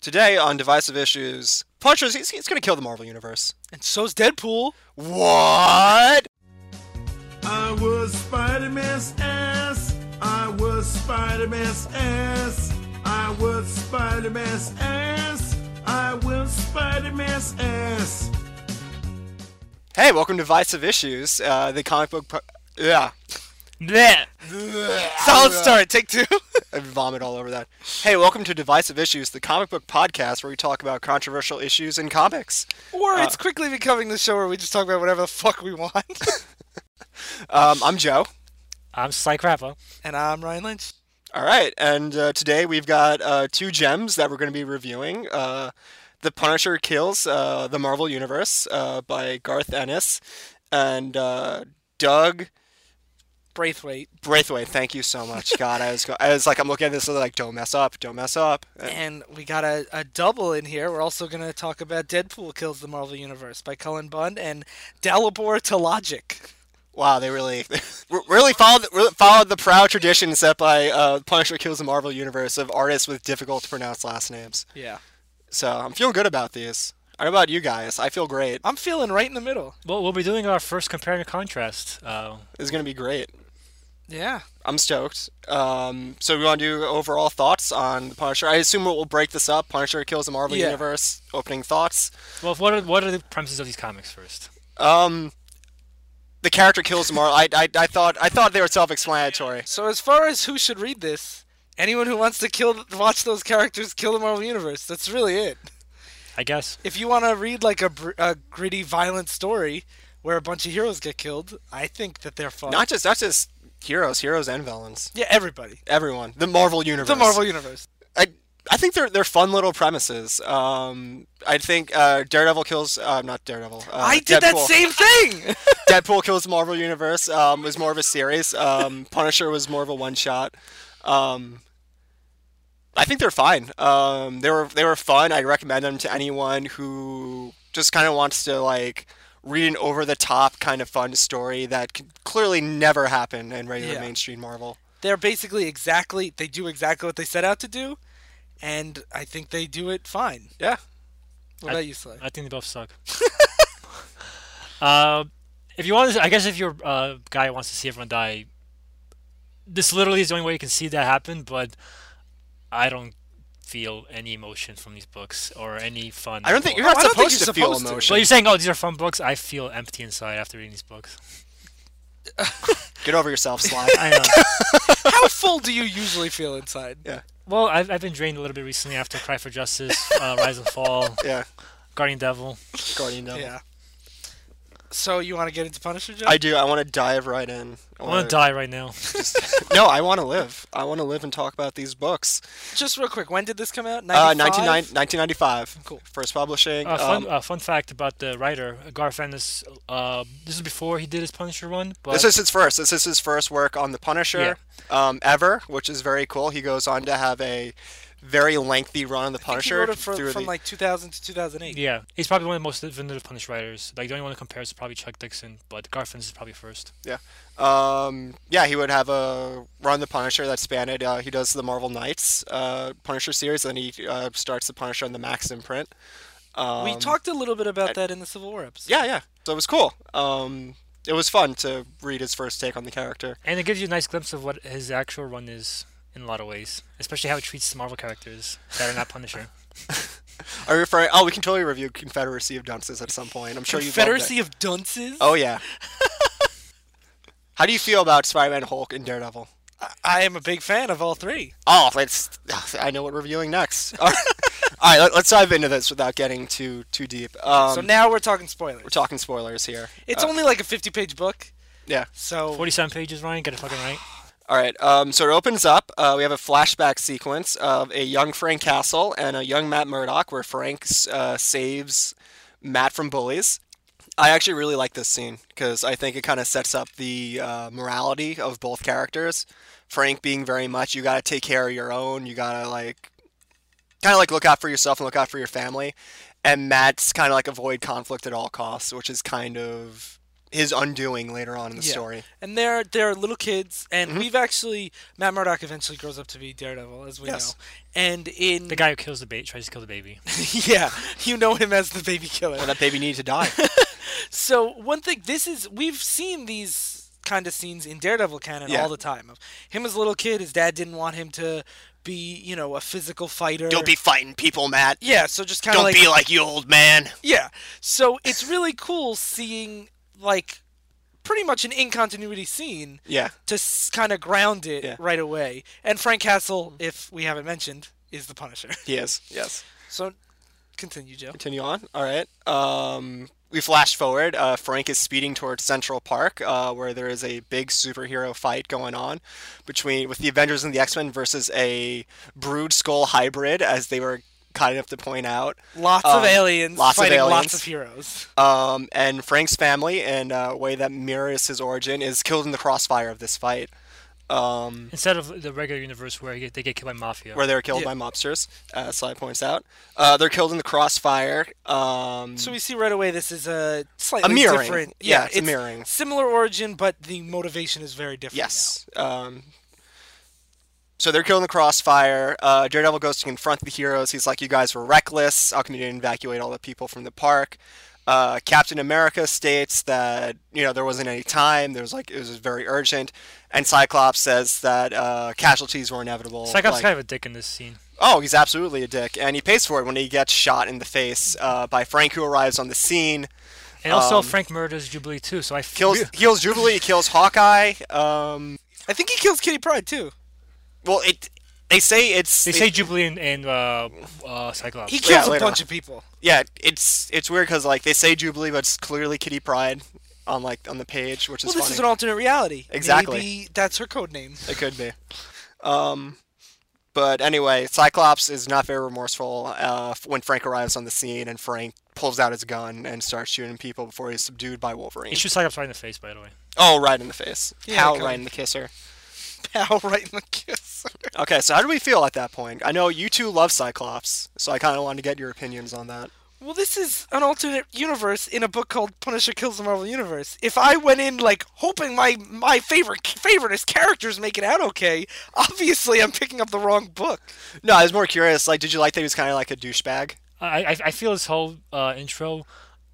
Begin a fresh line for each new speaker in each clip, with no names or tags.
Today on Divisive Issues, Punisher's he's, he's going to kill the Marvel Universe.
And so's Deadpool.
What?
I was Spider Man's ass. I was Spider Man's ass. I was Spider Man's ass. I was Spider Man's ass.
Hey, welcome to Divisive Issues, uh, the comic book. Po- yeah.
Bleh. Solid start. Take two.
I vomit all over that. Hey, welcome to Divisive Issues, the comic book podcast where we talk about controversial issues in comics.
or it's quickly becoming the show where we just talk about whatever the fuck we want.
Um, I'm Joe.
I'm Sly Crappo.
and I'm Ryan Lynch.
All right, and uh, today we've got uh, two gems that we're going to be reviewing. Uh, the Punisher Kills uh, the Marvel Universe uh, by Garth Ennis and uh, Doug
Braithwaite.
Braithwaite. Thank you so much. God, I was, go- I was like, I'm looking at this, so like, don't mess up, don't mess up. Uh,
And we got a, a double in here. We're also going to talk about Deadpool Kills the Marvel Universe by Cullen Bund and Dalibor to Logic.
Wow, they really, really followed really followed the proud tradition set by uh, Punisher Kills the Marvel Universe of artists with difficult to pronounce last names.
Yeah.
So I'm feeling good about these. I don't know about you guys. I feel great.
I'm feeling right in the middle.
Well, we'll be doing our first compare and contrast. Uh,
This is gonna be great.
Yeah.
I'm stoked. Um, so we want to do overall thoughts on the Punisher. I assume we'll break this up. Punisher Kills the Marvel
Yeah.
Universe. Opening thoughts.
well, what are what are the premises of these comics first?
Um, the character kills the Marvel. I, I, I thought I thought they were self-explanatory.
So as far as who should read this, anyone who wants to kill watch those characters kill the Marvel Universe. That's really it.
I guess.
If you want to read like a, br- a gritty, violent story where a bunch of heroes get killed, I think that they're fun.
Not just not just heroes, heroes and villains.
yeah, everybody.
Everyone. The Marvel Universe.
The Marvel Universe.
I I think they're they're fun little premises. Um, I think uh, Daredevil kills uh, not Daredevil. Uh,
I did that
Deadpool.
same thing.
Deadpool kills the Marvel Universe um, was more of a series. Um, Punisher was more of a one shot. Um, I think they're fine. Um, they were they were fun. I'd recommend them to anyone who just kind of wants to like read an over the top kind of fun story that could clearly never happen in regular
Yeah.
mainstream Marvel.
they're basically exactly they do exactly what they set out to do, and I think they do it fine.
Yeah.
What about you, Sly?
I think they both suck. uh, if you want, to, I guess if your uh, guy wants to see everyone die, this literally is the only way you can see that happen. But I don't feel any emotion from these books or any fun.
I don't think
or-
you're not
Oh, I don't think
supposed to
you're
feel
supposed to.
emotion.
Well, you're saying, oh, these are fun books. I feel empty inside after reading these books.
Get over yourself, Sly.
I know.
How full do you usually feel inside?
yeah.
well, I've, I've been drained a little bit recently after Cry for Justice, uh, Rise and Fall,
Yeah.
Guardian Devil.
Guardian Devil.
Yeah. So you want to get into Punisher, Joe?
I do. I want to dive right in. I
I want to die right now.
no, I want to live. I want to live and talk about these books.
Just real quick, when did this come out?
Uh,
95?
1995.
Cool.
First publishing.
Uh, fun,
um,
uh, fun fact about the writer Garth Ennis. Uh, this is before he did his Punisher run,
uh,
but
this is his first. This is his first work on the Punisher um, ever, which is very cool. He goes on to have a very lengthy run on the
I think he
Punisher
wrote it for-
through
from
the.
like 2000 to 2008.
yeah, he's probably one of the most inventive Punisher writers. Like the only one that compares is probably Chuck Dixon, but Garth Ennis is probably first.
yeah. Um, yeah, he would have a run the Punisher that spanned. Uh, he does the Marvel Knights uh, Punisher series, then he uh, starts the Punisher on the Max imprint. Um,
we talked a little bit about that in the Civil War episode.
Yeah, yeah. So it was cool. Um, it was fun to read his first take on the character.
And it gives you a nice glimpse of what his actual run is in a lot of ways, especially how it treats the Marvel characters that are not Punisher.
Are you referring? Oh, we can totally review Confederacy of Dunces at some point. I'm sure you.
Confederacy of Dunces.
Oh yeah. How do you feel about Spider-Man, Hulk, and Daredevil?
I- I am a big fan of all three.
Oh, let's. I know what we're reviewing next. All right, All right, let, let's dive into this without getting too too deep. Um, uh,
so now we're talking spoilers.
we're talking spoilers here.
it's only like a 50-page book,
Yeah.
so
Forty-seven pages, Ryan. Get it fucking right.
All right. Um, so it opens up. Uh, we have a flashback sequence of a young Frank Castle and a young Matt Murdock, where Frank uh, saves Matt from bullies. I actually really like this scene because I think it kind of sets up the uh, morality of both characters. Frank being very much, you got to take care of your own. You got to like, kind of like look out for yourself and look out for your family. And Matt's kind of like avoid conflict at all costs, which is kind of his undoing later on in the
Yeah.
story. Mm-hmm.
And they're they're little kids, and we've actually Matt Murdock eventually grows up to be Daredevil, as we
Yes.
know. And in
The guy who kills the baby tries to kill the baby.
yeah, you know him as the baby killer.
Well, that baby needed to die.
So one thing, this is we've seen these kind of scenes in Daredevil canon
Yeah.
all the time. Of him as a little kid, his dad didn't want him to be, you know, a physical fighter.
Don't be fighting people, Matt.
yeah. So just kind of
Don't
like
be like you old man.
yeah. So it's really cool seeing like pretty much an in continuity scene
Yeah.
to s- kind of ground it
Yeah.
right away. And Frank Castle, if we haven't mentioned, is the Punisher.
He is. Yes.
So continue, Joe.
Continue on. All right. Um, we flash forward. Uh, Frank is speeding towards Central Park, uh, where there is a big superhero fight going on between with the Avengers and the X Men versus a Brood Skull hybrid, as they were kind enough to point out.
Lots of
Um,
aliens
lots of
fighting lots
aliens.
of heroes.
Um, and Frank's family, in a way that mirrors his origin, is killed in the crossfire of this fight. Um,
Instead of the regular universe where he get- they get killed by mafia.
where they were killed by
Yeah.
mobsters. Uh, Sly points out. Uh, they're killed in the crossfire. Um,
So we see right away this is a slightly
A mirroring.
different.
Yeah, it's a mirroring.
Similar origin, but the motivation is very different.
yes. Um, so they're killed in the crossfire. Uh, Daredevil goes to confront the heroes. He's like, "You guys were reckless. How come you didn't evacuate all the people from the park?" Uh, Captain America states that you know there wasn't any time. There was like it was very urgent, and Cyclops says that uh, casualties were inevitable.
Cyclops
like-
kind of a dick in this scene.
Oh, he's absolutely a dick, and he pays for it when he gets shot in the face uh, by Frank, who arrives on the scene.
And also
Um,
Frank murders Jubilee too, so I f-
kills heals Jubilee, he kills Hawkeye. Um,
now. I think he kills Kitty Pride too.
well, it they say it's
They
it-
say Jubilee and, and uh, uh, Cyclops.
He
Yeah,
kills a
later
bunch
on.
of people.
yeah, it's it's weird because like they say Jubilee, but it's clearly Kitty Pride on like on the page, which is
Well, this
funny.
is an alternate reality.
Exactly.
Maybe that's her code name.
It could be. Um, but anyway, Cyclops is not very remorseful uh, f- when Frank arrives on the scene, and Frank pulls out his gun and starts shooting people before he's subdued by Wolverine.
He shoots Cyclops right in the face, by the way.
Oh, right in the face.
Yeah, um,
How
okay.
right in the kisser.
Pow right in the kiss.
Okay, so how do we feel at that point? I know you two love Cyclops, so I kind of wanted to get your opinions on that.
Well, this is an alternate universe in a book called Punisher Kills the Marvel Universe. If I went in like hoping my my favorite favorite's characters make it out okay, obviously I'm picking up the wrong book.
No, I was more curious. Like, did you like that he was kind of like a douchebag?
I, I, I feel this whole uh, intro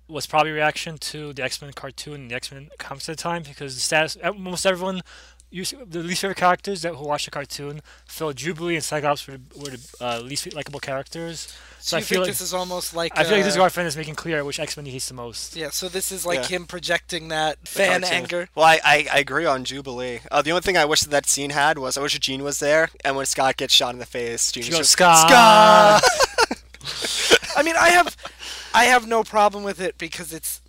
was probably a reaction to the X Men cartoon and the X Men comics at the time because the status almost everyone, you see- the least favorite characters that who watched the cartoon felt Jubilee and Cyclops were, the- were the uh, least likable characters. So
Do
I
you
feel
think
like
this is almost like
I feel like
uh,
this girlfriend is making clear which X Men he hates the most.
Yeah, so this is like
Yeah.
him projecting that
The
fan
cartoon.
anger.
Well, I, I, I agree on Jubilee. Uh, the only thing I wish that, that scene had was I wish Jean was there, and when Scott gets shot in the face, Jean
She
just
goes,
goes,
Scott.
I mean, I have, I have no problem with it because it's,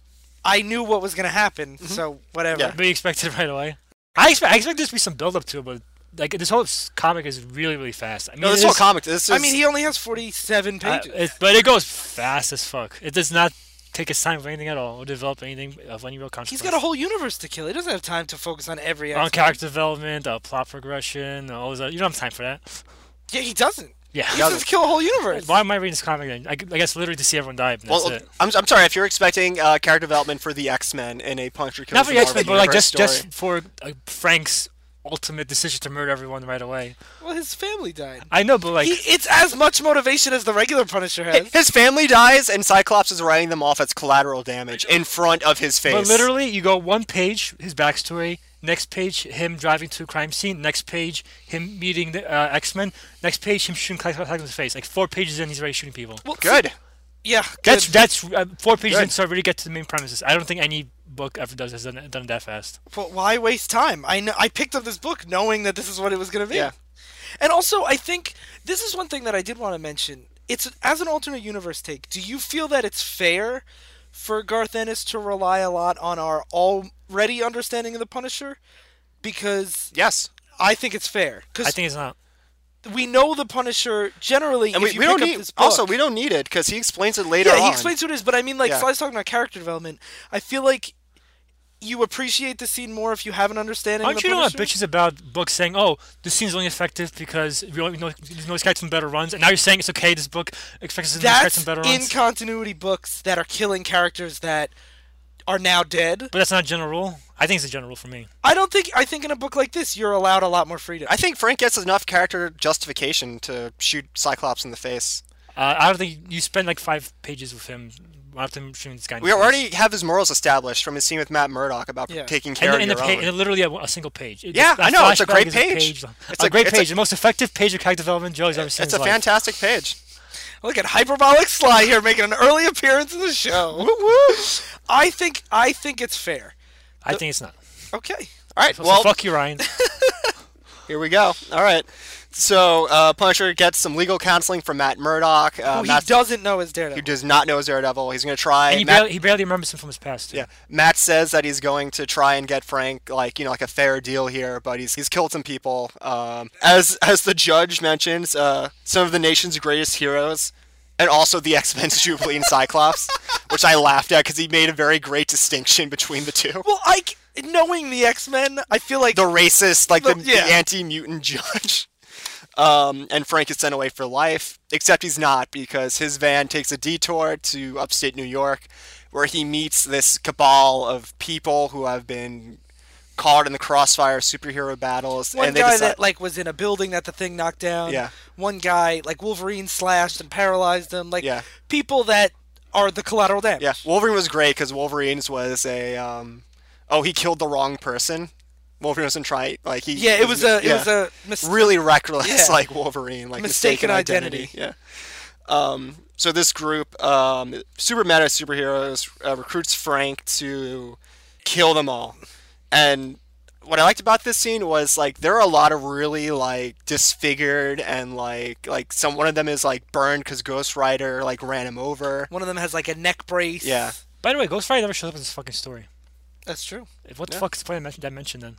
I knew what was gonna happen,
Mm-hmm.
so whatever.
Yeah.
But you expect it right away. I expect I expect there to be some build up to it, but like this whole s- comic is really really fast. I mean,
No, this
it
whole
is-
comic. This is.
I mean, he only has forty-seven
Uh,
pages.
it, but it goes fast as fuck. It does not take its time for anything at all or develop anything of any real consequence.
He's got a whole universe to kill. He doesn't have time to focus on every.
on
aspect.
character development, uh, plot progression, all that. You don't have time for that.
Yeah, he doesn't.
Yeah.
He doesn't kill a whole universe.
Why am I reading this comic then? I, gu- I guess literally to see everyone die. and That's
well,
it.
I'm, I'm sorry if you're expecting uh, character development for the X Men in a Punisher kills
Not for the X
Marvel
Men, but like
Universe
just
story.
just for uh, Frank's ultimate decision to murder everyone right away.
Well, his family died.
I know, but like
he, it's as much motivation as the regular Punisher has.
His family dies, and Cyclops is writing them off as collateral damage in front of his face.
But literally, you go one page, his backstory. Next page, him driving to a crime scene. Next page, him meeting the uh, X Men. Next page, him shooting Cyclops in the face. Like four pages in, he's already shooting people.
Well,
Good.
yeah,
That's
good.
that's uh, four pages in,
Good.
so I really get to the main premises. I don't think any book ever does has done, done it that fast.
But why waste time? I know, I picked up this book knowing that this is what it was going to be.
Yeah.
And also, I think this is one thing that I did want to mention. It's as an alternate universe take. Do you feel that it's fair for Garth Ennis to rely a lot on our already understanding of the Punisher? Because
Yes.
I think it's fair
I
because
think it's not.
we know the Punisher generally.
And
if
we,
you
we
pick
don't
up
need.
this book-
Also, we don't need it because he explains it later
yeah,
on.
he explains who it is, but I mean, like,
Yeah.
Sly's talking about character development. I feel like you appreciate the scene more if you have an understanding. of
Aren't
the
you doing
Punisher.
bitches about books saying, "Oh, this scene's only effective because we only know these noise some better runs," and now you're saying it's okay. This book expects us to
That's
some better
in
runs.
continuity books that are killing characters that are now dead.
But that's not a general rule. I think it's a general rule for me.
I don't think I think in a book like this you're allowed a lot more freedom.
I think Frank gets enough character justification to shoot Cyclops in the face.
Uh, I don't think you spend like five pages with him. After him shooting this guy. in
We
the face.
already have his morals established from his scene with Matt Murdock about
Yeah.
taking
And
care
the, and the
of your
pa-
own.
and literally a, a single page. It-
Yeah,
that
I know, it's a
flashback
great
is
page. It's
It's a,
a-
great
it's a-
page. the most effective page of character development Joe's ever seen.
It's a
in his life.
fantastic page.
Look at hyperbolic Sly here making an early appearance in the show. Woo woo. I think I think it's fair.
I think it's not.
Okay.
All right,
So
well,
fuck you, Ryan.
here we go. All right. So uh, Punisher gets some legal counseling from Matt Murdock. Uh,
Who he
Matt
doesn't know is Daredevil.
who does not know is Daredevil. He's going to try.
Oh, And he,
Matt,
barely, he barely remembers him from his past. too.
yeah, Matt says that he's going to try and get Frank like you know like a fair deal here, but he's he's killed some people. Um, as as the judge mentions, uh, some of the nation's greatest heroes. And also the X Men's Jubilee and Cyclops, which I laughed at because he made a very great distinction between the two.
Well, I c- knowing the X Men, I feel like
the racist, like the,
The- yeah.
the anti-mutant judge. Um, and Frank is sent away for life, except he's not because his van takes a detour to upstate New York, where he meets this cabal of people who have been caught in the crossfire of superhero battles.
one
and they
guy
decide,
that like was in a building that the thing knocked down.
Yeah.
One guy like Wolverine slashed and paralyzed them. Like
Yeah.
people that are the collateral damage.
yeah, Wolverine was great because Wolverine's was a um, oh he killed the wrong person. Wolverine wasn't trying like he
Yeah, it was a it
yeah.
was a mis-
really reckless
Yeah.
like Wolverine, like
Mistaken
mistaken, identity.
identity.
Yeah. Um, so this group, um, super meta superheroes, uh, recruits Frank to kill them all. And what I liked about this scene was like there are a lot of really like disfigured and like like some one of them is like burned because Ghost Rider like ran him over.
one of them has like a neck brace.
Yeah.
By the way, Ghost Rider never shows up in this fucking story.
That's true.
What the fuck is the point of men- that mention then?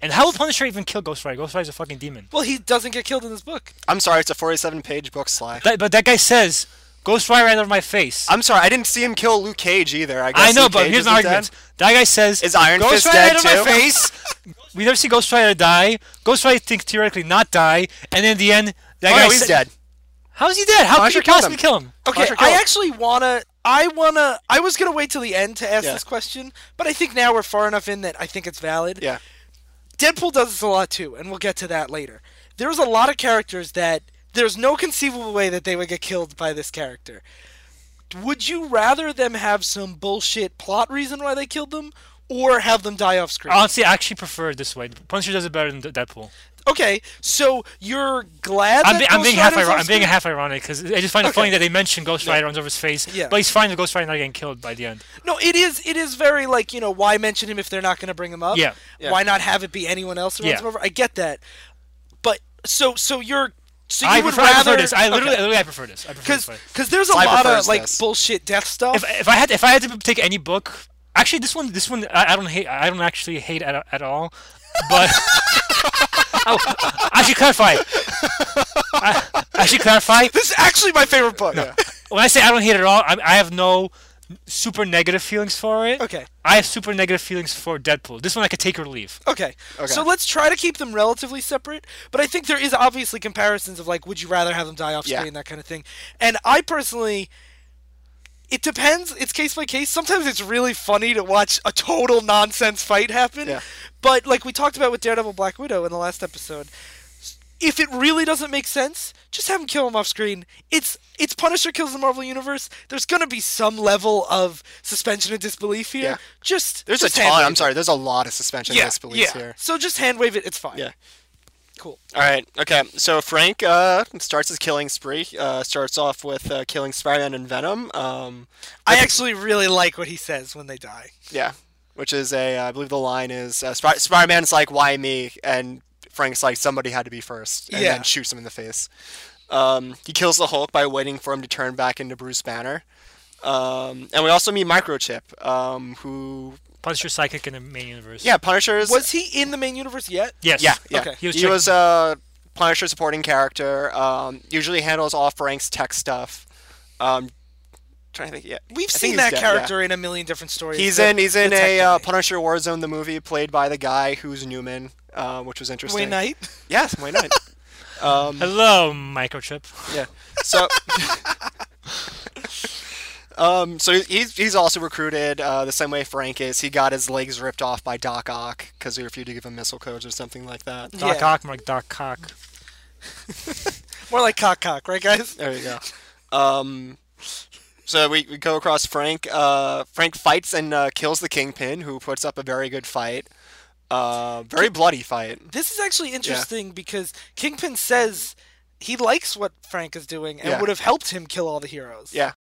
And how will Punisher even kill Ghost Rider? Ghost Rider's a fucking demon.
Well, he doesn't get killed in this book.
I'm sorry, it's a 47 page book, Sly.
That, but that guy says, Ghost Rider out of my face.
I'm sorry, I didn't see him kill Luke Cage either. I guess
I know,
Luke
but
Cage
here's an
isn't dead.
argument. That guy says,
Is Iron
Ghost
Fist
Rider
dead
out of my
too?
face. we never see Ghost Rider die. Ghost Rider thinks theoretically not die, and in the end, that
Oh,
guy
no, he's
said-
dead.
How's he dead? How could
Punisher
you
killed
possibly
him.
kill him?
Okay,
Punisher
I
killed.
actually wanna. I wanna. I was gonna wait till the end to ask
Yeah.
this question, but I think now we're far enough in that I think it's valid.
Yeah.
Deadpool does this a lot too, and we'll get to that later. There's a lot of characters that there's no conceivable way that they would get killed by this character. Would you rather them have some bullshit plot reason why they killed them, or have them die off screen?
Honestly, I actually prefer it this way. Punisher does it better than D- Deadpool.
okay, so you're glad
I'm,
that
be- I'm
Ghost
being half
Rider's
ir-
off
I'm being
screen?
half ironic because I just find it
Okay.
funny that they mention Ghost Rider runs over his face,
Yeah.
but he's fine with Ghost Rider not getting killed by the end.
No, it is. It is very like you know why mention him if they're not going to bring him up.
Yeah.
Yeah.
Why not have it be anyone else? Who runs
Yeah.
him over? I get that, but so so you're so you
I
would
prefer, I
rather
prefer this. I literally,
Okay.
literally I prefer this. I prefer this
because
way.
because there's a
Cyber
lot of
First
like
does.
bullshit death stuff.
If, if I had if I had to take any book, actually this one this one I, I don't hate I don't actually hate at, at all, but oh, I should clarify. I, I should clarify.
this is actually my favorite book.
When I say I don't hate it at all, I, I have no super negative feelings for it.
Okay.
I have super negative feelings for Deadpool. This one I could take or leave.
Okay. So let's try to keep them relatively separate, but I think there is obviously comparisons of like, would you rather have them die off
Yeah.
screen, that kind of thing. And I personally, it depends. It's case by case. Sometimes it's really funny to watch a total nonsense fight happen.
Yeah.
But like we talked about with Daredevil, Black Widow in the last episode, if it really doesn't make sense, just have him kill him off screen. It's it's Punisher kills the Marvel Universe. There's gonna be some level of suspension of disbelief here.
Yeah.
Just
There's
just
a
hand
ton.
wave
I'm
it.
sorry. There's a lot of suspension of disbelief here.
So just hand wave it. It's fine.
Yeah.
Cool.
All right. Okay. So Frank uh, starts his killing spree. Uh, starts off with uh, killing Spider-Man and Venom. Um,
I actually really like what he says when they die.
yeah. Which is a, I believe the line is uh, Sp- Spider-Man's like, "Why me?" and Frank's like, "Somebody had to be first. and
Yeah.
then shoots him in the face. Um, he kills the Hulk by waiting for him to turn back into Bruce Banner. Um, and we also meet Microchip, um, who
Punisher psychic in the main universe.
yeah, Punisher's
Was he in the main universe yet?
Yes.
Yeah, yeah.
Okay.
He was
he
check-
was a Punisher supporting character. Um, usually handles all Frank's tech stuff. Um, trying to think. Yeah, I
We've
think
seen
he's
that
dead, yeah.
character in a million different stories.
He's
the
in. He's in a
detective
uh,
guy.
Punisher Warzone, the movie played by the guy who's Newman, uh, which was interesting.
Wayne Knight.
Yes, Wayne Knight. um,
Hello, microchip.
yeah. So. Um, so he's, he's also recruited uh, the same way Frank is. He got his legs ripped off by Doc Ock because he refused to give him missile codes or something like that.
Doc
Yeah.
Ock, Mark Doc Cock.
More like cock cock, right, guys?
There you go. Um, so we, we go across Frank. Uh, Frank fights and uh, kills the Kingpin, who puts up a very good fight. Uh, very bloody fight.
This is actually interesting because Kingpin says he likes what Frank is doing and
Yeah.
would have helped him kill all the heroes.
Yeah.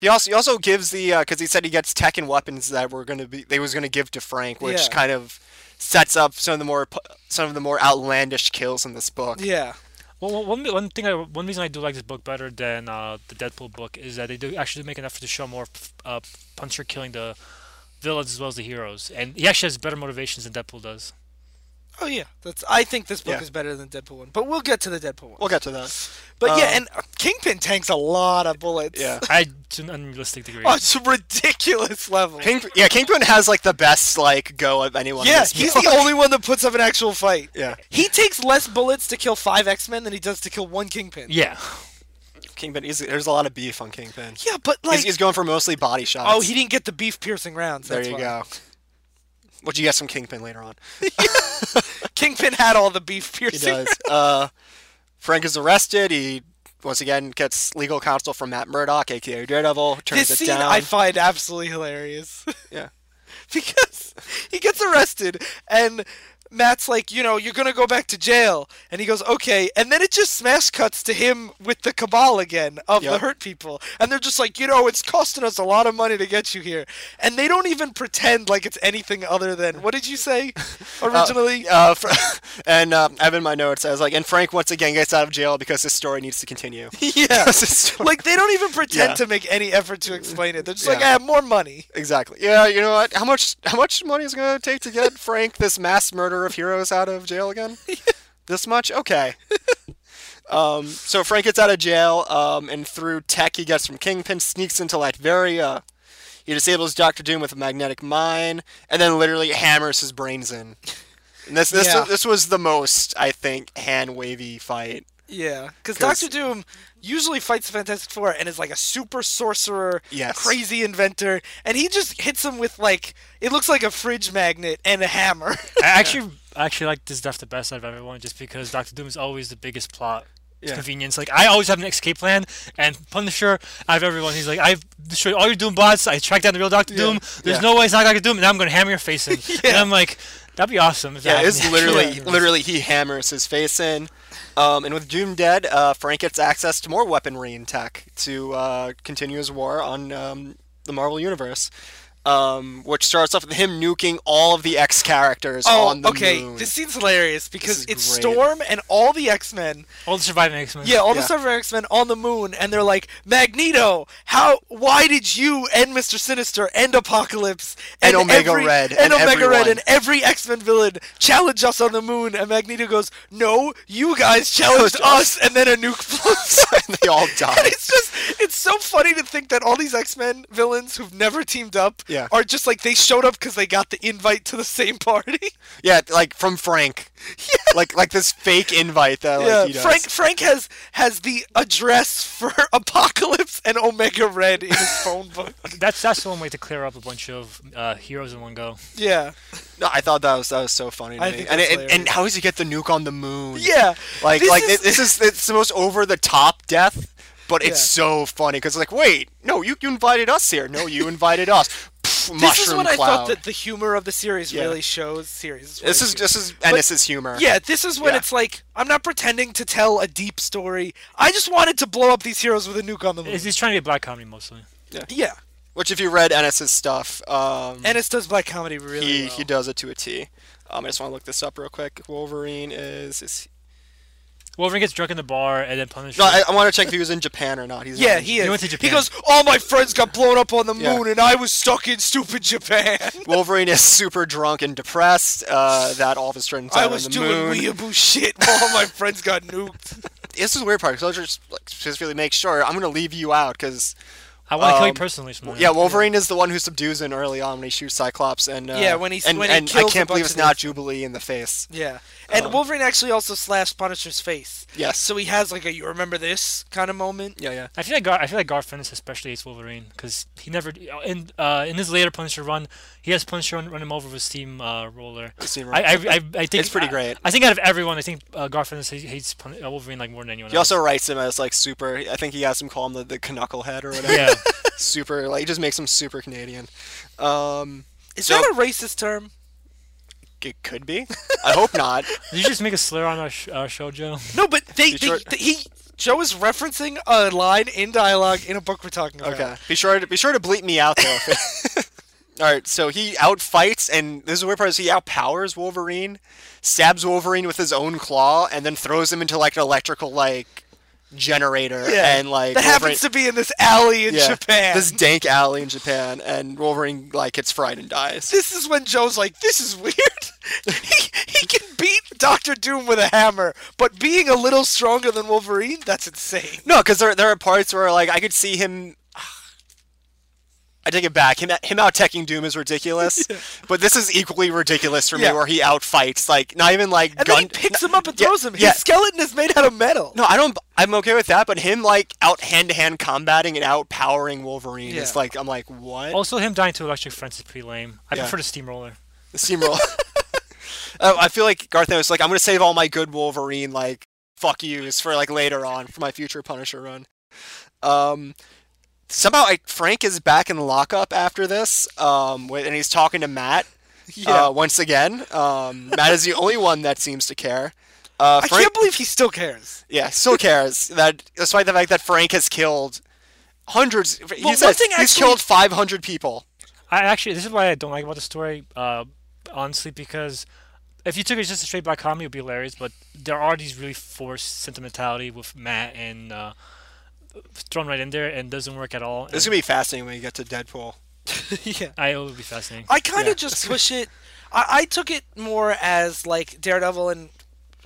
He also he also gives the because he said he gets tech and weapons that were gonna be they was gonna give to Frank, which
Yeah.
kind of sets up some of the more pu- some of the more outlandish kills in this book.
Yeah.
Well, one- one one thing, I, one reason I do like this book better than uh, the Deadpool book is that they do actually make an effort to show more uh, Puncher killing the villains as well as the heroes, and he actually has better motivations than Deadpool does.
Oh yeah. That's I think this book
Yeah.
is better than Deadpool 1, but we'll get to the Deadpool 1.
We'll get to that.
but yeah,
um,
and uh, Kingpin tanks a lot of bullets.
Yeah.
I to an unrealistic degree.
Oh, it's a ridiculous level.
King, yeah, Kingpin has like the best like go of anyone. in
yeah,
this
he's
book.
the only one that puts up an actual fight.
Yeah.
He takes less bullets to kill five X Men than he does to kill one Kingpin.
yeah,
Kingpin. He's, there's a lot of beef on Kingpin.
Yeah, but like,
he's, he's going for mostly body shots.
oh, he didn't get the beef piercing rounds.
There
that's
you
why.
go. What you get from Kingpin later on?
Kingpin had all the beef
He
piercing.
does. uh, Frank is arrested. He once again gets legal counsel from Matt Murdock, aka Daredevil. Turns
This
it
scene
down.
I find absolutely hilarious
yeah.
because he gets arrested and Matt's like, you know, you're gonna go back to jail, and he goes, okay, and then it just smash cuts to him with the cabal again of the
Yep.
hurt people, and they're just like, you know, it's costing us a lot of money to get you here, and they don't even pretend like it's anything other than what did you say originally?
Uh, fr- and um, I have in my notes. I was like, and Frank once again gets out of jail because this story needs to continue.
yeah,
This story-
like they don't even pretend
Yeah.
to make any effort to explain it. They're just like, I
Yeah.
have more money.
exactly. Yeah, you know what? How much? How much money is it going to take to get Frank, this mass murderer of heroes, out of jail again? This much? Okay. Um, so Frank gets out of jail, um, and through tech he gets from Kingpin, sneaks into Latveria. He disables Doctor Doom with a magnetic mine, and then literally hammers his brains in. And this this
Yeah.
this was the most I think hand wavy fight.
Yeah, because
'Cause-
Doctor Doom usually fights the Fantastic Four and is like a super sorcerer,
Yes.
crazy inventor, and he just hits him with like it looks like a fridge magnet and a hammer.
I actually I actually like this draft the best out of everyone, just because Doctor Doom is always the biggest plot.
Yeah.
Convenience, like I always have an escape plan, and Punisher, I have everyone. He's like, I've destroyed all your Doom bots. I tracked down the real Doctor Doom. There's
Yeah.
no way it's not Doctor Doom, and I'm gonna hammer your face in. And I'm like, that'd be awesome. If
Yeah,
that
it's
happened.
literally literally he hammers his face in. Um, and with Doom dead, uh, Frank gets access to more weaponry and tech to uh, continue his war on um, the Marvel Universe, um, which starts off with him nuking all of the X characters
oh,
on the
okay,
moon.
this seems hilarious because
is
it's
great.
Storm and all the X Men.
all the surviving X-Men.
Yeah, all the
Yeah.
Silver X Men on the moon, and they're like, Magneto, how? Why did you and Mister Sinister and Apocalypse
And Omega
every-
Red and
and, Omega Red
everyone."
and every X Men villain challenge us on the moon? And Magneto goes, No, you guys challenged us, and then a nuke blows. up.
and they all
And
die.
it's just, it's so funny to think that all these X Men villains who've never teamed up
Yeah.
are just like, they showed up because they got the invite to the same party.
yeah, like from Frank. Like like this fake invite that like, he does.
Frank Frank has has the address for Apocalypse and Omega Red in his phone book.
that's that's the one way to clear up a bunch of uh, heroes in one go.
Yeah,
No, I thought that was that was so funny. To
I
me.
think
and,
that's
it, and and how does he get the nuke on the moon?
yeah.
Like
This
like
is-
this is it's the most over the top death, but it's so funny because like wait no you, you invited us here no you invited us. Pff,
this
mushroom
is what I
cloud.
thought that the humor of the series
Yeah.
really shows. Series. really
this is
shows.
this is Ennis's humor.
Yeah, this is when
Yeah.
it's like I'm not pretending to tell a deep story. I just wanted to blow up these heroes with a nuke on the moon.
It's, it's trying to be a black comedy mostly.
yeah,
Which if you read Ennis's stuff, um,
Ennis does black comedy really
he
well.
he does it to a T. Um, I just want to look this up real quick. Wolverine is. is
Wolverine gets drunk in the bar and then Punisher.
no, I, I want to check if he was in Japan or not. He's not
Yeah,
in
he is.
went to Japan.
goes, all my friends got blown up on the
Yeah.
moon, and I was stuck in stupid Japan.
Wolverine is super drunk and depressed. Uh, that all of his friends
I
died
was
on the
doing
moon.
weeaboo shit while my friends got nuked.
this is the weird part because I was just like specifically make sure I'm gonna leave you out because
I want to kill you
Um,
personally. From
Yeah, Wolverine is the one who subdues him early on when he shoots Cyclops, and uh,
Yeah, when he-
and,
when he
and I
kills a
can't believe
bunch
it's
of
not
these-
Jubilee in the face.
Yeah, and Wolverine actually also slashed Punisher's face.
Um, Yes.
So he has like a "you remember this" kind of moment.
Yeah, yeah.
I feel like Gar- I feel like Garth Ennis especially hates Wolverine because he never in uh, in his later Punisher run he has Punisher run, run him over with steam uh, roller.
Steam
I,
roller.
I, I, I think
It's pretty
I-
great.
I, think out of everyone, I think uh, Garth Ennis ha- hates Pun- uh, Wolverine like more than anyone
He
else.
also writes him as like super. I think he has him call him the, the knucklehead or whatever.
yeah,
super. Like he just makes him super Canadian. Um,
Is
So-
that a racist term?
it could be. I hope not.
did you just make a slur on our, sh- our show, Joe?
No, but they,
You
they,
sure-
they- he Joe is referencing a line in dialogue in a book we're talking about.
Okay. Be sure to be sure to bleep me out though. All right, so he outfights, and this is the weird part is he outpowers Wolverine, stabs Wolverine with his own claw, and then throws him into like an electrical like generator,
Yeah.
and like
that
Wolverine-
happens to be in this alley in
yeah,
Japan.
this dank alley in Japan, and Wolverine like gets fried and dies.
this is when Joe's like, "This is weird." he, he can beat Doctor Doom with a hammer, but being a little stronger than Wolverine, that's insane.
No, because there there are parts where like I could see him. I take it back. Him him out teching Doom is ridiculous, but this is equally ridiculous for
Yeah.
me, where he outfights like not even like
And
gun.
then he picks him up and
yeah,
throws him. His
yeah.
skeleton is made out of metal.
No, I don't. I'm okay with that, but him like out hand to hand combating and outpowering Wolverine
Yeah.
is like I'm like what
Also, him dying to electric fence is pretty lame. I
Yeah.
prefer the steamroller.
The steamroll. oh, I feel like Garth Ennis like I'm gonna save all my good Wolverine like fuck yous for like later on for my future Punisher run. Um, somehow like Frank is back in lockup after this. Um, wi- and he's talking to Matt.
Yeah.
Uh, once again, um, Matt is the only one that seems to care. Uh,
I
Frank-
can't believe he still cares.
Yeah, still cares that despite the fact that Frank has killed hundreds. he
one
says
thing
he's
actually-
killed 500 people.
I actually, this is why I don't like about the story, uh, honestly, because if you took it just a straight black comedy, it would be hilarious. But there are these really forced sentimentality with Matt and uh, thrown right in there, and doesn't work at all.
This is
and
gonna be fascinating when you get to Deadpool.
yeah.
I it would be fascinating.
I kind of
Yeah.
just push it. I, I took it more as like Daredevil and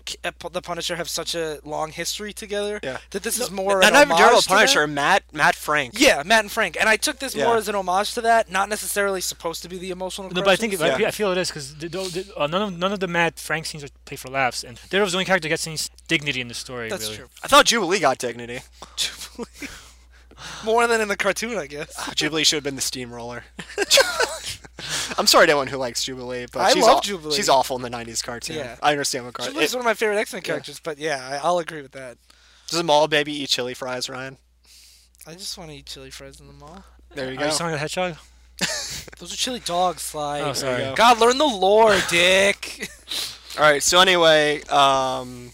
K- uh, Pu- the Punisher have such a long history together
Yeah.
that this is more
Not
an
even
homage
Daryl
to that.
Punisher, Matt Matt Frank.
Yeah, Matt and Frank, and I took this
Yeah.
more as an homage to that, not necessarily supposed to be the emotional.
No, but I think
crisis.
I-
Yeah.
I feel it is because the, the, uh, none of none of the Matt Frank scenes are played for laughs, and there was the only character that gets any dignity in the story.
that's
really.
true.
I thought Jubilee got dignity.
more than in the cartoon, I guess.
Ah, Jubilee should have been the steamroller. I'm sorry to anyone who likes Jubilee, but
I
she's
love
aw-
Jubilee.
She's awful in the '90s cartoon.
Yeah.
I understand what
She's
cartoon.
one of my favorite X Men characters, but yeah, I, I'll agree with that.
Does a mall baby eat chili fries, Ryan?
I just want to eat chili fries in the mall.
There you
Are
go.
you selling the hedgehog?
Those are chili dogs, Sly.
Oh, sorry.
go.
God, learn the lore, Dick.
All right. So anyway, um,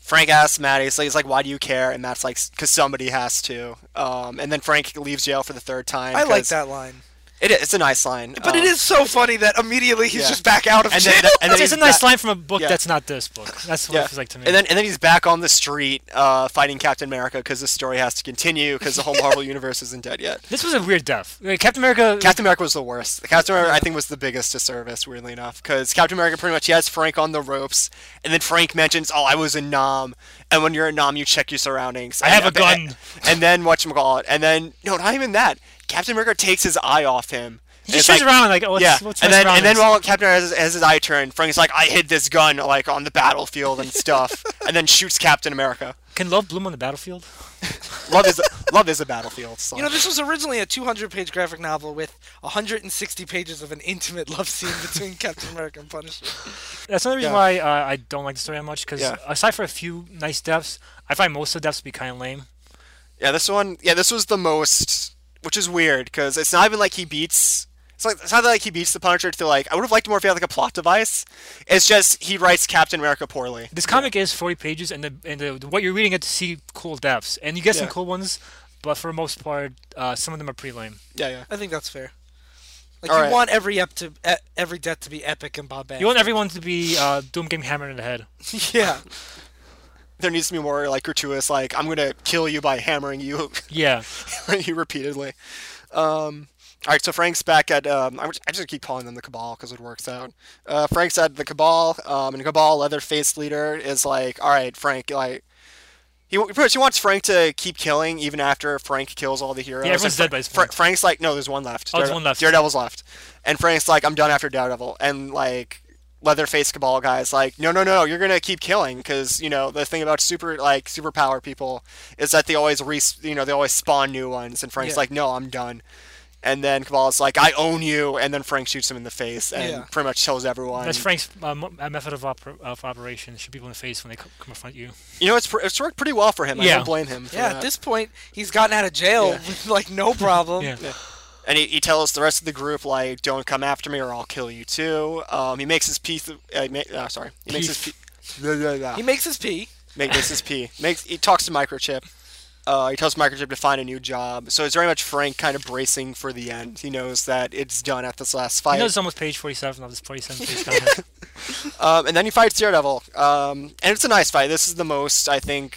Frank asks Matt. He's like, he's like, "Why do you care?" And Matt's like, "Cause somebody has to." Um, and then Frank leaves jail for the third time.
I like
'cause-
that line.
It is, it's a nice line,
But it
um,
is so funny that immediately he's
Yeah.
just back out of
And
jail.
then, and then
It's, it's a
he's
nice
ba-
line from a book
yeah.
that's not this book. That's what
Yeah.
it feels like to me.
And then and then he's back on the street uh, fighting Captain America because the story has to continue because the whole Marvel universe isn't dead yet.
this was a weird death. Like, Captain America.
Captain America was the worst. Captain America, I think, was the biggest disservice, weirdly enough, because Captain America pretty much he has Frank on the ropes, and then Frank mentions, "Oh, I was in Nam," and when you're in Nam, you check your surroundings.
I have a gun.
And then what call it? And then no, not even that. Captain America takes his eye off him.
he
And
just
it's
turns around like, oh, what's,
yeah,
what's my
and then and then
surroundings?
while Captain America has, has his eye turned, Frank's like, "I hid this gun like on the battlefield and stuff," and then shoots Captain America.
Can love bloom on the battlefield?
Love is love is a battlefield. So.
You know, this was originally a 200-page graphic novel with 160 pages of an intimate love scene between Captain America and Punisher.
That's another reason
Yeah.
why uh, I don't like the story that much. Because
Yeah.
aside for a few nice deaths, I find most of the deaths to be kind of lame.
yeah, this one. Yeah, this was the most, which is weird because it's not even like he beats. It's like it's not that, like he beats the Punisher. To like, I would have liked more if he had like a plot device. It's just he writes Captain America poorly.
This comic is 40 pages, and the and the, what you're reading get to see cool deaths, and you get some
Yeah.
cool ones, but for the most part, uh, some of them are pretty lame.
Yeah, yeah.
I think that's fair. Like
All
you
right.
want every ep to e- every death to be epic and bombastic.
You want everyone to be uh, Doom getting hammered in the head.
yeah.
There needs to be more like gratuitous. Like, I'm gonna kill you by hammering you
Yeah.
you repeatedly. Um, all right, so Frank's back at. Um, I, would- I just keep calling them the Cabal because it works out. Uh, Frank's at the Cabal, um, and Cabal, Leatherface leader, is like, "All right, Frank, like." He pretty much he wants Frank to keep killing even after Frank kills all the heroes.
Yeah, everyone's
And
dead by this
Fra-
point.
Frank's like, no, there's one left.
Oh, there's
Darede-
one left.
Daredevil's left, and Frank's like, I'm done after Daredevil, and like Leatherface Cabal guy's like, no, no, no, no, you're gonna keep killing because you know the thing about super like superpower people is that they always re you know they always spawn new ones, and Frank's
Yeah.
like, no, I'm done. And then Cabal's like, "I own you," and then Frank shoots him in the face and
Yeah.
pretty much tells everyone.
That's Frank's uh, mo- uh, method of, oper- of operation. Shoot people in the face when they co- come confront you.
You know, it's pr- it's worked pretty well for him. I
Yeah.
don't blame him. For
Yeah,
that.
at this point, he's gotten out of jail
Yeah.
with like no
Um,
problem.
Yeah.
and he, he tells the rest of the group like, "Don't come after me, or I'll kill you too." Um, he makes his peace. Uh, ma- uh, sorry, he makes his
Peath.
pe- blah, blah, blah.
He makes his pee.
Make makes his P. Makes he talks to Microchip. Uh, he tells Microchip to find a new job. So it's very much Frank kind of bracing for the end. He knows that it's done at this last
I
fight.
know it's almost page 47 of this 47 page comic.
Um, and then he fights Daredevil. Um, and it's a nice fight. This is the most I think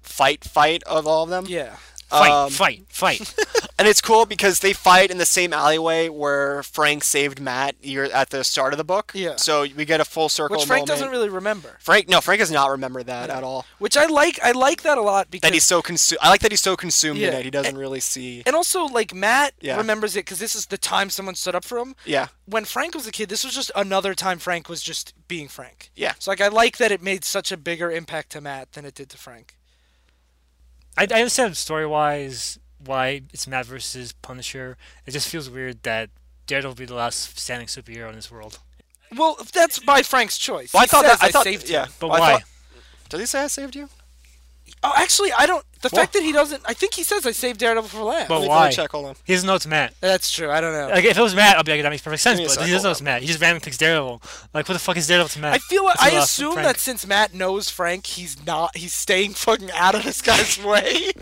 fight fight of all of them.
Yeah.
Fight,
Um,
fight, fight.
And it's cool because they fight in the same alleyway where Frank saved Matt year at the start of the book.
Yeah.
So we get a full circle.
Which Frank
moment.
doesn't really remember.
Frank, no, Frank does not remember that at all.
Which I like. I like that a lot because
That he's so consumed. I like that he's so consumed in
Yeah.
it. He doesn't really see.
and also like Matt
Yeah.
remembers it because this is the time someone stood up for him.
Yeah.
When Frank was a kid, this was just another time Frank was just being Frank.
Yeah.
So like I like that it made such a bigger impact to Matt than it did to Frank.
I, I understand story wise why it's Matt versus Punisher. It just feels weird that Daredevil will be the last standing superhero in this world.
Well, that's by Frank's choice.
Well, I
He
thought
says,
that. I thought.
saved
yeah.
him."
But
Well, I
why?
thought- did he say I saved you?
Oh, actually, I don't. The
Well-
fact that he doesn't, I think he says I saved Daredevil for last.
But
Let me- let me
why?
check, hold on.
He doesn't know it's Matt.
that's true. I don't know.
Like if it was Matt, I'd be like that makes perfect sense.
Give me a
But
sec,
he doesn't know
hold
it's Matt. He just randomly picks Daredevil. Like what the fuck is Daredevil to Matt?
I feel like
That's
I
the last
assume
Frank.
that since Matt knows Frank, he's not he's staying fucking out of this guy's way.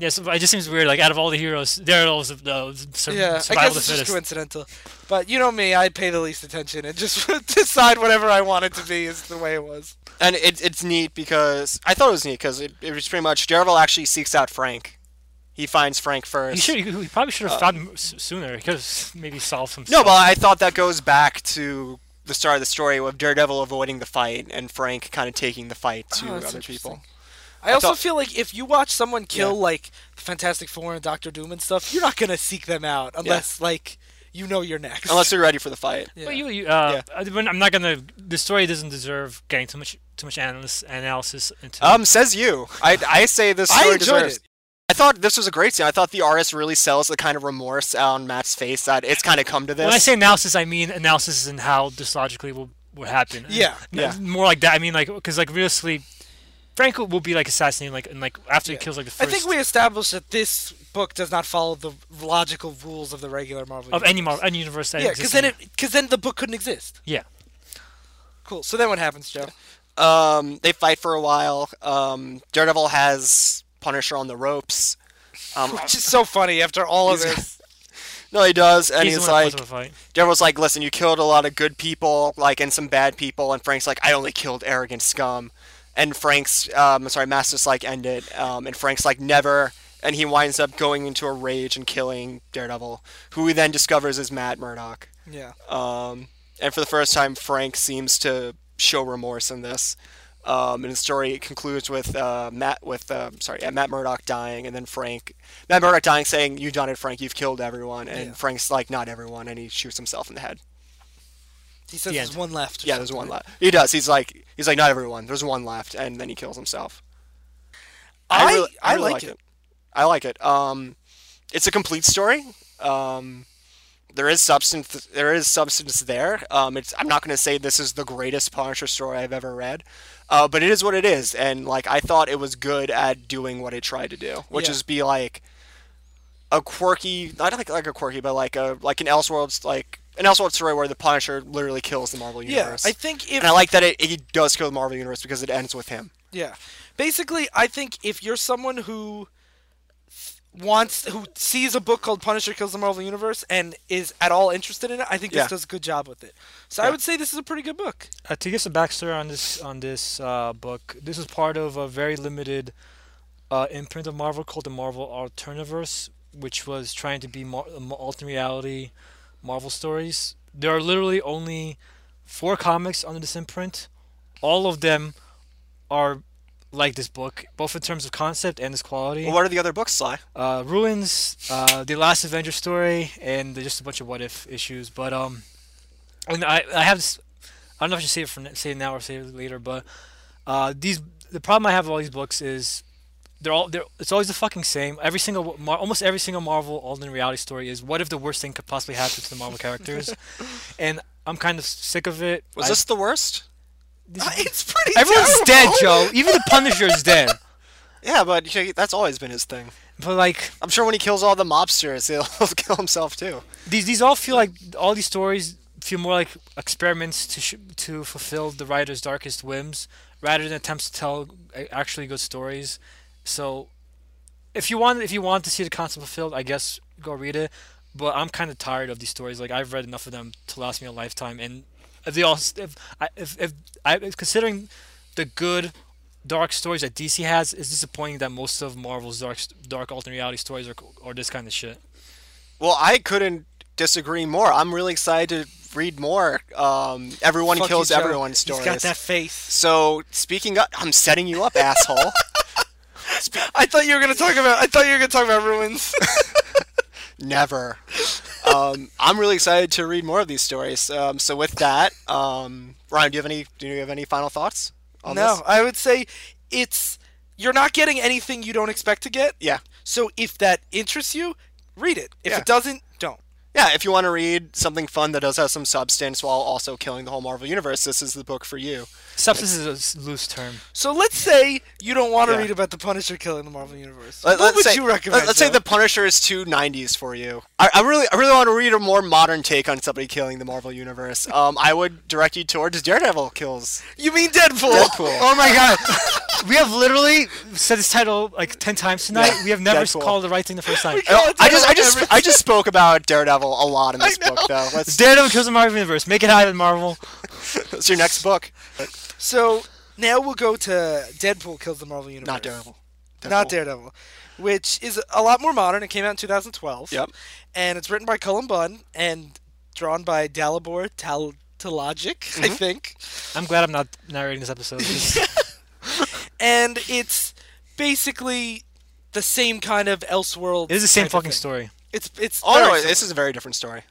Yeah, so it just seems weird. Like out of all the heroes, Daredevil's the, the sur-
yeah, I
survival
guess
of the
it's just
fittest.
coincidental. But you know me, I pay the least attention and just decide whatever I want it to be is the way it was.
And it, it's neat because I thought it was neat because it, it was pretty much Daredevil actually seeks out Frank. He finds Frank first.
He should. He he probably should have found him s- sooner. He could have maybe solved some.
Uh, No,
stuff.
but I thought that goes back to the start of the story of Daredevil avoiding the fight and Frank kind of taking the fight to
Oh, that's
other people.
I also
thought-
feel like if you watch someone kill like the Fantastic Four and Doctor Doom and stuff, you're not gonna seek them out unless like you know you're next.
Unless you're ready for the fight.
Yeah.
But you, you uh, I- I'm not gonna. The story doesn't deserve getting too much too much analysis analysis into.
Um, says you. I, I say this
I
story
enjoyed
deserves.
it.
I thought this was a great scene. I thought the artist really sells the kind of remorse on Matt's face that it's kind of come to this.
When I say analysis, I mean analysis and how this logically will would happen.
Yeah.
N-
Yeah.
More like that. I mean, like because like realistically, Franco will be like assassinated like and like after
Yeah.
he kills like the
I
first
think we established that this book does not follow the logical rules of the regular Marvel.
of any
universe.
Marvel any universe. That
Yeah, because
exists
then
in-
it because then the book couldn't exist.
Yeah.
Cool. So then what happens, Joe?
Um, they fight for a while. Um, Daredevil has Punisher on the ropes. Um,
Which is so funny after all of
He's-
this.
no, he does, and
He's
he's,
the one that
like,
puts up a fight.
Daredevil's like, listen, you killed a lot of good people, like, and some bad people, and Frank's like, I only killed arrogant scum, and Frank's, um, sorry, Master's like, end it, um, and Frank's like, never, and he winds up going into a rage and killing Daredevil, who he then discovers is Matt Murdock.
Yeah.
Um, and for the first time, Frank seems to show remorse in this. Um, and the story concludes with uh, Matt with uh, sorry yeah, Matt Murdock dying, and then Frank Matt Murdock dying, saying, "You've done it, Frank. You've killed everyone." And
Yeah.
Frank's like, "Not everyone," and he shoots himself in the head.
He says
The
there's
end.
one left. or
Yeah, there's
something.
one left. He does. He's like, he's like, "Not everyone. There's one left," and then he kills himself.
I,
really-
I,
really
like,
liked
it.
I like it. Um, it's a complete story. Um, there is substance. There is substance there. Um, it's. I'm not going to say this is the greatest Punisher story I've ever read, uh, but it is what it is. And like, I thought it was good at doing what it tried to do, which
Yeah.
is be like a quirky. I don't think like a quirky, but like a like an Elseworlds like an Elseworlds story where the Punisher literally kills the Marvel
Yeah,
universe.
I think if
and I like that it, it does kill the Marvel universe because it ends with him.
yeah, basically, I think if you're someone who th- wants who sees a book called Punisher Kills the Marvel Universe and is at all interested in it, I think this
Yeah.
does a good job with it. So I
Yeah.
would say this is a pretty good book.
Uh, to give some backstory on this on this uh, book, this is part of a very limited uh, imprint of Marvel called the Marvel Alterniverse, which was trying to be mar- um, alternate reality Marvel stories. There are literally only four comics under this imprint. All of them are like this book, both in terms of concept and its quality.
Well, what are the other books, Sly?
uh, ruins, uh, the last Avenger story, and there's just a bunch of what if issues. But um, and I I have this, I don't know if I should say it for say it now or say it later, but uh, these the problem I have with all these books is they're all they're it's always the fucking same. Every single Mar- almost every single Marvel alternate reality story is what if the worst thing could possibly happen to the Marvel characters, and I'm kind of sick of it.
Was
I-
this the worst?
It's pretty.
everyone's
terrible.
dead, Joe? Even the Punisher is dead.
Yeah, but you know, that's always been his thing.
But like
I'm sure when he kills all the mobsters, he'll kill himself too.
these these all feel like all these stories feel more like experiments to sh- to fulfill the writer's darkest whims rather than attempts to tell a- actually good stories. So if you want if you want to see the concept fulfilled, I guess go read it. But I'm kind of tired of these stories. Like I've read enough of them to last me a lifetime, and they all if I if, if I if considering the good dark stories that DC has, it's disappointing that most of Marvel's dark dark alternate reality stories are are this kind of shit.
Well, I couldn't disagree more. I'm really excited to read more. Um, everyone
Fuck you,
kills
Joe.
everyone stories.
He's got that face.
So speaking of, I'm setting you up, asshole.
I thought you were gonna talk about. I thought you were gonna talk about ruins.
Never. Um, I'm really excited to read more of these stories. Um, so with that, um, Ryan, do you have any do you have any final thoughts on
no,
this?
I would say it's you're not getting anything you don't expect to get.
Yeah.
So if that interests you, read it. If
Yeah.
it doesn't, don't.
Yeah, if you want to read something fun that does have some substance while also killing the whole Marvel universe, this is the book for you.
Substance is a s- loose term.
So let's say you don't want to
Yeah.
read about the Punisher killing the Marvel Universe.
Let-
what
let's
would
say,
you recommend?
let- Let's say
Joe?
the Punisher is two nineties for you. I, I really, I really want to read a more modern take on somebody killing the Marvel universe. Um, I would direct you towards Daredevil kills.
you mean Deadpool.
Deadpool.
Oh my god. we have literally said this title like 10 times tonight.
Yeah,
we have never
Deadpool.
called the right thing the first time.
We call it
I just, I
Daredevil
just,
every-
I just spoke about Daredevil a lot in this
I know.
book, though. Let's,
Daredevil kills the Marvel Universe. Make it happen, Marvel.
that's your next book.
So now we'll go to Deadpool kills the Marvel Universe.
Not Daredevil.
Not Daredevil, which is a lot more modern. It came out in 2012.
Yep.
And it's written by Cullen Bunn and drawn by Dalibor Tal. Talogic, I
Mm-hmm.
think.
I'm glad I'm not narrating this episode.
and it's basically the same kind of Elseworld.
It is the same
type of
fucking
thing.
story.
It's it's
Oh
very
no, this
similar.
is a very different story.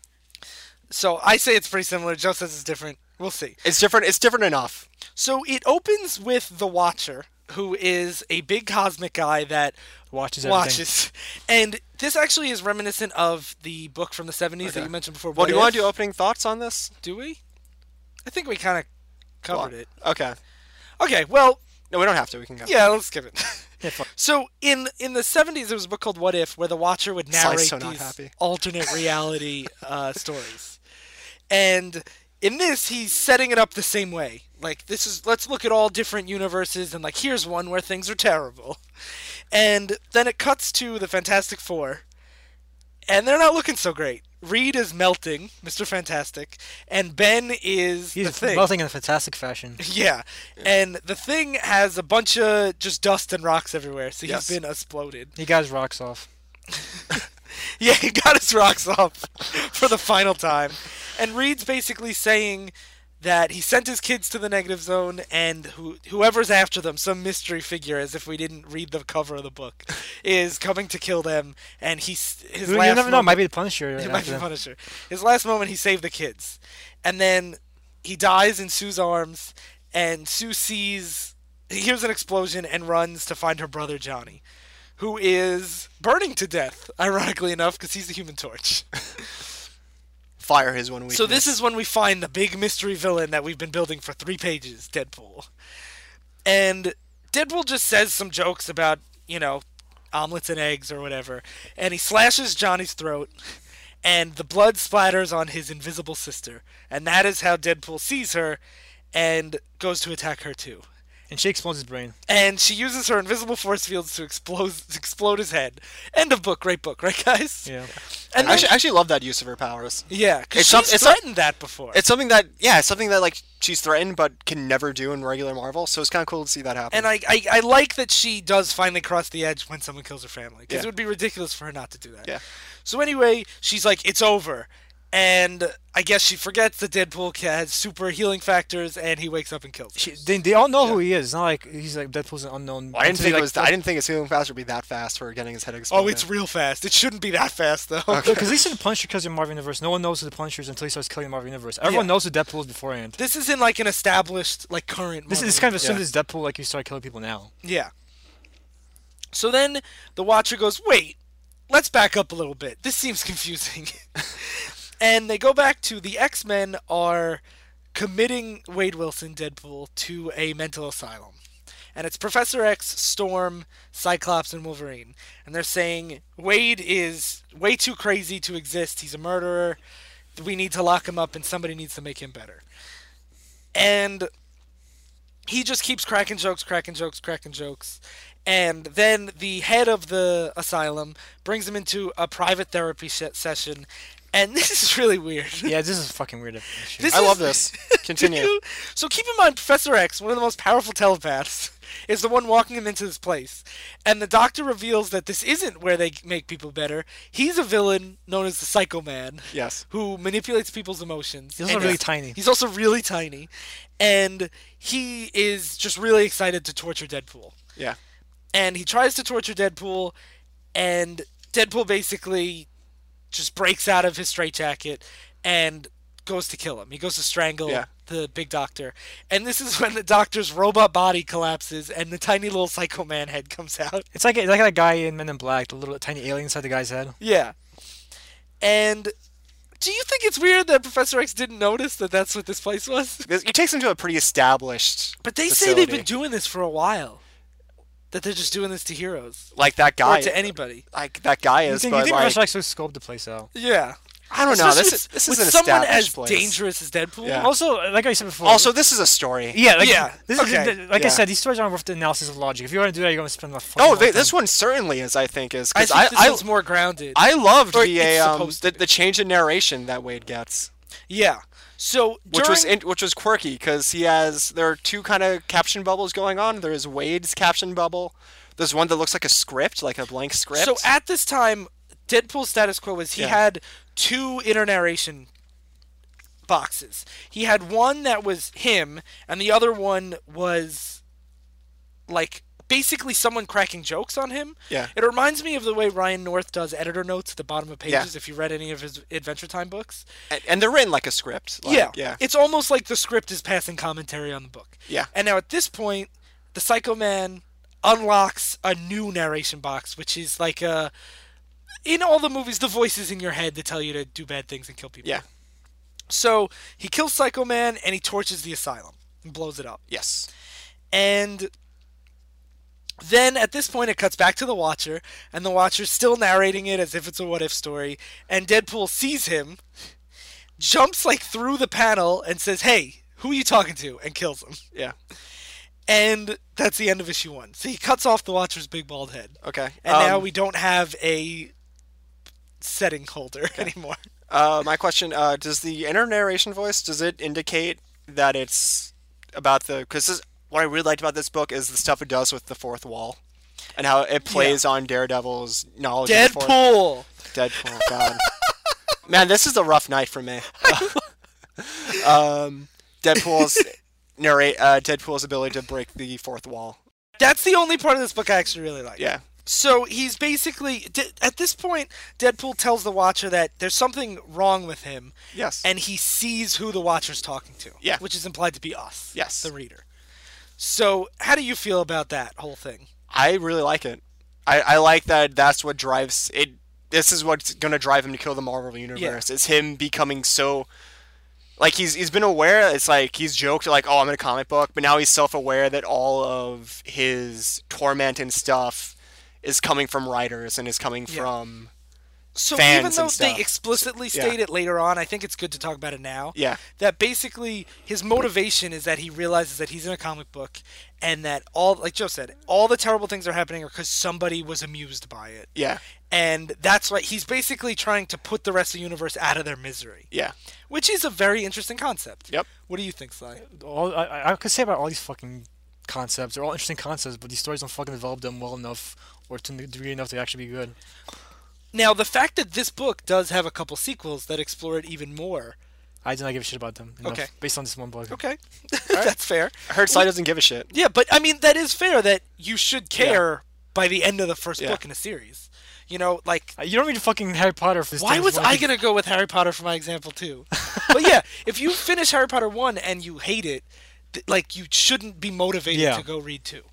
so I say it's pretty similar. Joe says it's different. We'll see.
It's different. It's different enough.
So it opens with the Watcher, who is a big cosmic guy that
Watches everything.
watches, and this actually is reminiscent of the book from the '70s that you mentioned before.
Well, do you want
If.
to do opening thoughts on this?
Do we? I think we kind of covered it.
Okay.
Okay. Well,
No, we don't have to. We can go.
yeah. Let's skip it.
Yeah, fuck.
So in in the seventies, there was a book called What If, where the Watcher would narrate
so not
these
happy.
alternate reality uh, stories, and in this, he's setting it up the same way. Like this is let's look at all different universes, and like here's one where things are terrible, and then it cuts to the Fantastic Four, and they're not looking so great. Reed is melting, Mister Fantastic, and Ben is the
He's
thing.
melting in a fantastic fashion.
Yeah. And the thing has a bunch of just dust and rocks everywhere, so
Yes.
he's been exploded.
He guys rocks off.
Yeah, he got his rocks off for the final time. And Reed's basically saying that he sent his kids to the negative zone and who, whoever's after them, some mystery figure, as if we didn't read the cover of the book, is coming to kill them. And he's his
You
last
never know.
moment-
It might be the Punisher.
He
after
might be
them.
Punisher. His last moment, he saved the kids, and then he dies in Sue's arms. And Sue sees, he hears an explosion, and runs to find her brother Johnny, who is burning to death. Ironically enough, because he's the Human Torch.
Fire his one weakness.
so this is when we find the big mystery villain that we've been building for three pages, Deadpool. And Deadpool just says some jokes about you know omelets and eggs or whatever, and he slashes Johnny's throat, and the blood splatters on his invisible sister, and that is how Deadpool sees her, and goes to attack her too
And she explodes his brain.
and she uses her invisible force fields to explode to explode his head. End of book, great book, right, guys?
Yeah.
And
I
then,
actually, I actually love that use of her powers.
yeah, because
It's
she's
some- it's some-
threatened that before.
It's something that, yeah, it's something that like she's threatened but can never do in regular Marvel. So it's kind of cool to see that happen.
and I, I, I like that she does finally cross the edge when someone kills her family because
Yeah.
it would be ridiculous for her not to do that.
Yeah.
So anyway, she's like, "It's over," and I guess she forgets that Deadpool ca- has super healing factors, and he wakes up and kills. her.
She, they, they all know who he is. It's not like he's like Deadpool's an unknown.
I didn't
It's
think
like,
it was. I didn't think his healing fast would be that fast for getting his head exploded.
Oh, it's real fast. It shouldn't be that fast though.
Because at least in the Punisher kills in Marvel Universe, no one knows who the Punisher is until he starts killing Marvel Universe. Everyone
Yeah.
knows who Deadpool is beforehand.
This is in like an established, like current.
This
Marvel
is kind of
universe.
assumed as Deadpool, like you start killing people now.
Yeah. So then the Watcher goes, wait, let's back up a little bit. This seems confusing. and they go back to the X Men are committing Wade Wilson, Deadpool, to a mental asylum. And it's Professor X, Storm, Cyclops, and Wolverine. And they're saying Wade is way too crazy to exist. He's a murderer. We need to lock him up, and somebody needs to make him better. And he just keeps cracking jokes, cracking jokes, cracking jokes. And then the head of the asylum brings him into a private therapy se- session. And this is really weird.
Yeah, this is fucking weird. This
This
I love this.
is-
Continue.
So keep in mind, Professor X, one of the most powerful telepaths, is the one walking him into this place. And the doctor reveals that this isn't where they make people better. He's a villain known as the Psycho Man.
Yes.
Who manipulates people's emotions.
He's also
And
really tiny.
He's also really tiny. And he is just really excited to torture Deadpool
yeah.
and he tries to torture Deadpool, and Deadpool basically just breaks out of his straitjacket and goes to kill him. He goes to strangle
Yeah.
the big doctor, and this is when the doctor's robot body collapses and the tiny little Psycho Man head comes out.
It's like like that guy in Men in Black, the little tiny alien inside the guy's head.
Yeah, and. Do you think it's weird that Professor X didn't notice that that's what this place was?
This, it takes him to a pretty established.
But they say they've
facility.
been doing this for a while. That they're just doing this to heroes
like that
or
guy.
to anybody.
like that guy
You
is,
think, you
but
think
like
Professor X would scope the place out?
Yeah.
I don't know. This
Especially
is
with-
this
with
is an
someone as
established place.
dangerous as Deadpool.
Yeah.
Also, like I said before.
Also, this is a story.
yeah, like,
Yeah,
This is,
okay,
like I
yeah.
said, these stories aren't worth the analysis of logic. If you're gonna do that, you're gonna spend a fucking
Oh,
lot
they,
of
this
time.
one certainly is. I think is
I
because
think
I
this
I,
one's more grounded.
I loved
Or
the
it's
um,
supposed
the,
to
the change in narration that Wade gets,
yeah. So
which
during,
was in, which was quirky because he has there are two kind of caption bubbles going on. There is Wade's caption bubble. There's one that looks like a script, like a blank script.
so at this time, Deadpool's status quo was he
Yeah.
had two inner narration boxes. He had one that was him, and the other one was like basically someone cracking jokes on him.
Yeah.
It reminds me of the way Ryan North does editor notes at the bottom of
Yeah.
pages. If you read any of his Adventure Time books,
and, and they're written like a script. Like,
yeah.
yeah.
It's almost like the script is passing commentary on the book.
Yeah.
And now at this point, the Psycho Man unlocks a new narration box, which is like a. In all the movies, the voices in your head that tell you to do bad things and kill people.
yeah.
So he kills Psycho Man and he torches the asylum and blows it up.
Yes.
And then at this point, it cuts back to the Watcher, and the Watcher's still narrating it as if it's a what if story. And Deadpool sees him, jumps like through the panel, and says, Hey, who are you talking to? and kills him.
Yeah.
And that's the end of issue one. So he cuts off the Watcher's big bald head.
Okay.
And
Um,
now we don't have a setting holder anymore.
Uh, my question: uh, Does the inner narration voice does it indicate that it's about the? Because what I really liked about this book is the stuff it does with the fourth wall, and how it plays on Daredevil's knowledge. of the fourth-
Deadpool!
Deadpool. God. Man, this is a rough night for me. um, Deadpool's narrate. Uh, Deadpool's ability to break the fourth wall.
That's the only part of this book I actually really like.
Yeah.
So he's basically d- at this point. Deadpool tells the Watcher that there's something wrong with him,
Yes.
and he sees who the Watcher's talking to.
Yeah.
which is implied to be us.
Yes.
the reader. So how do you feel about that whole thing?
I really like it. I, I like that that's what drives it. This is what's going to drive him to kill the Marvel Universe. It's him becoming so. Like, he's, he's been aware. It's like he's joked, like, oh, I'm in a comic book. But now he's self aware that all of his torment and stuff is coming from writers and is coming
Yeah.
from.
So
Fans
even
and
though
stuff.
they explicitly
Yeah.
state it later on, I think it's good to talk about it now.
Yeah.
that basically his motivation is that he realizes that he's in a comic book, and that all, like Joe said, all the terrible things that are happening are because somebody was amused by it.
Yeah.
and that's why he's basically trying to put the rest of the universe out of their misery,
Yeah.
which is a very interesting concept.
Yep.
What do you think, Sly?
all I- I, I could say about all these fucking concepts. They're all interesting concepts, but these stories don't fucking develop them well enough or to the degree enough to actually be good.
Now, the fact that this book does have a couple sequels that explore it even more.
I do not give a shit about them. Enough,
Okay.
Based on this one book.
Okay, that's fair.
I heard Sly doesn't give a shit.
Yeah, but I mean that is fair that you should care by the end of the first
Yeah.
book in a series. You know, like
Uh, You don't read fucking Harry Potter for this.
why
thing's
was
one.
I gonna go with Harry Potter for my example too? but yeah, if you finish Harry Potter one and you hate it, th- like you shouldn't be motivated
Yeah.
to go read two.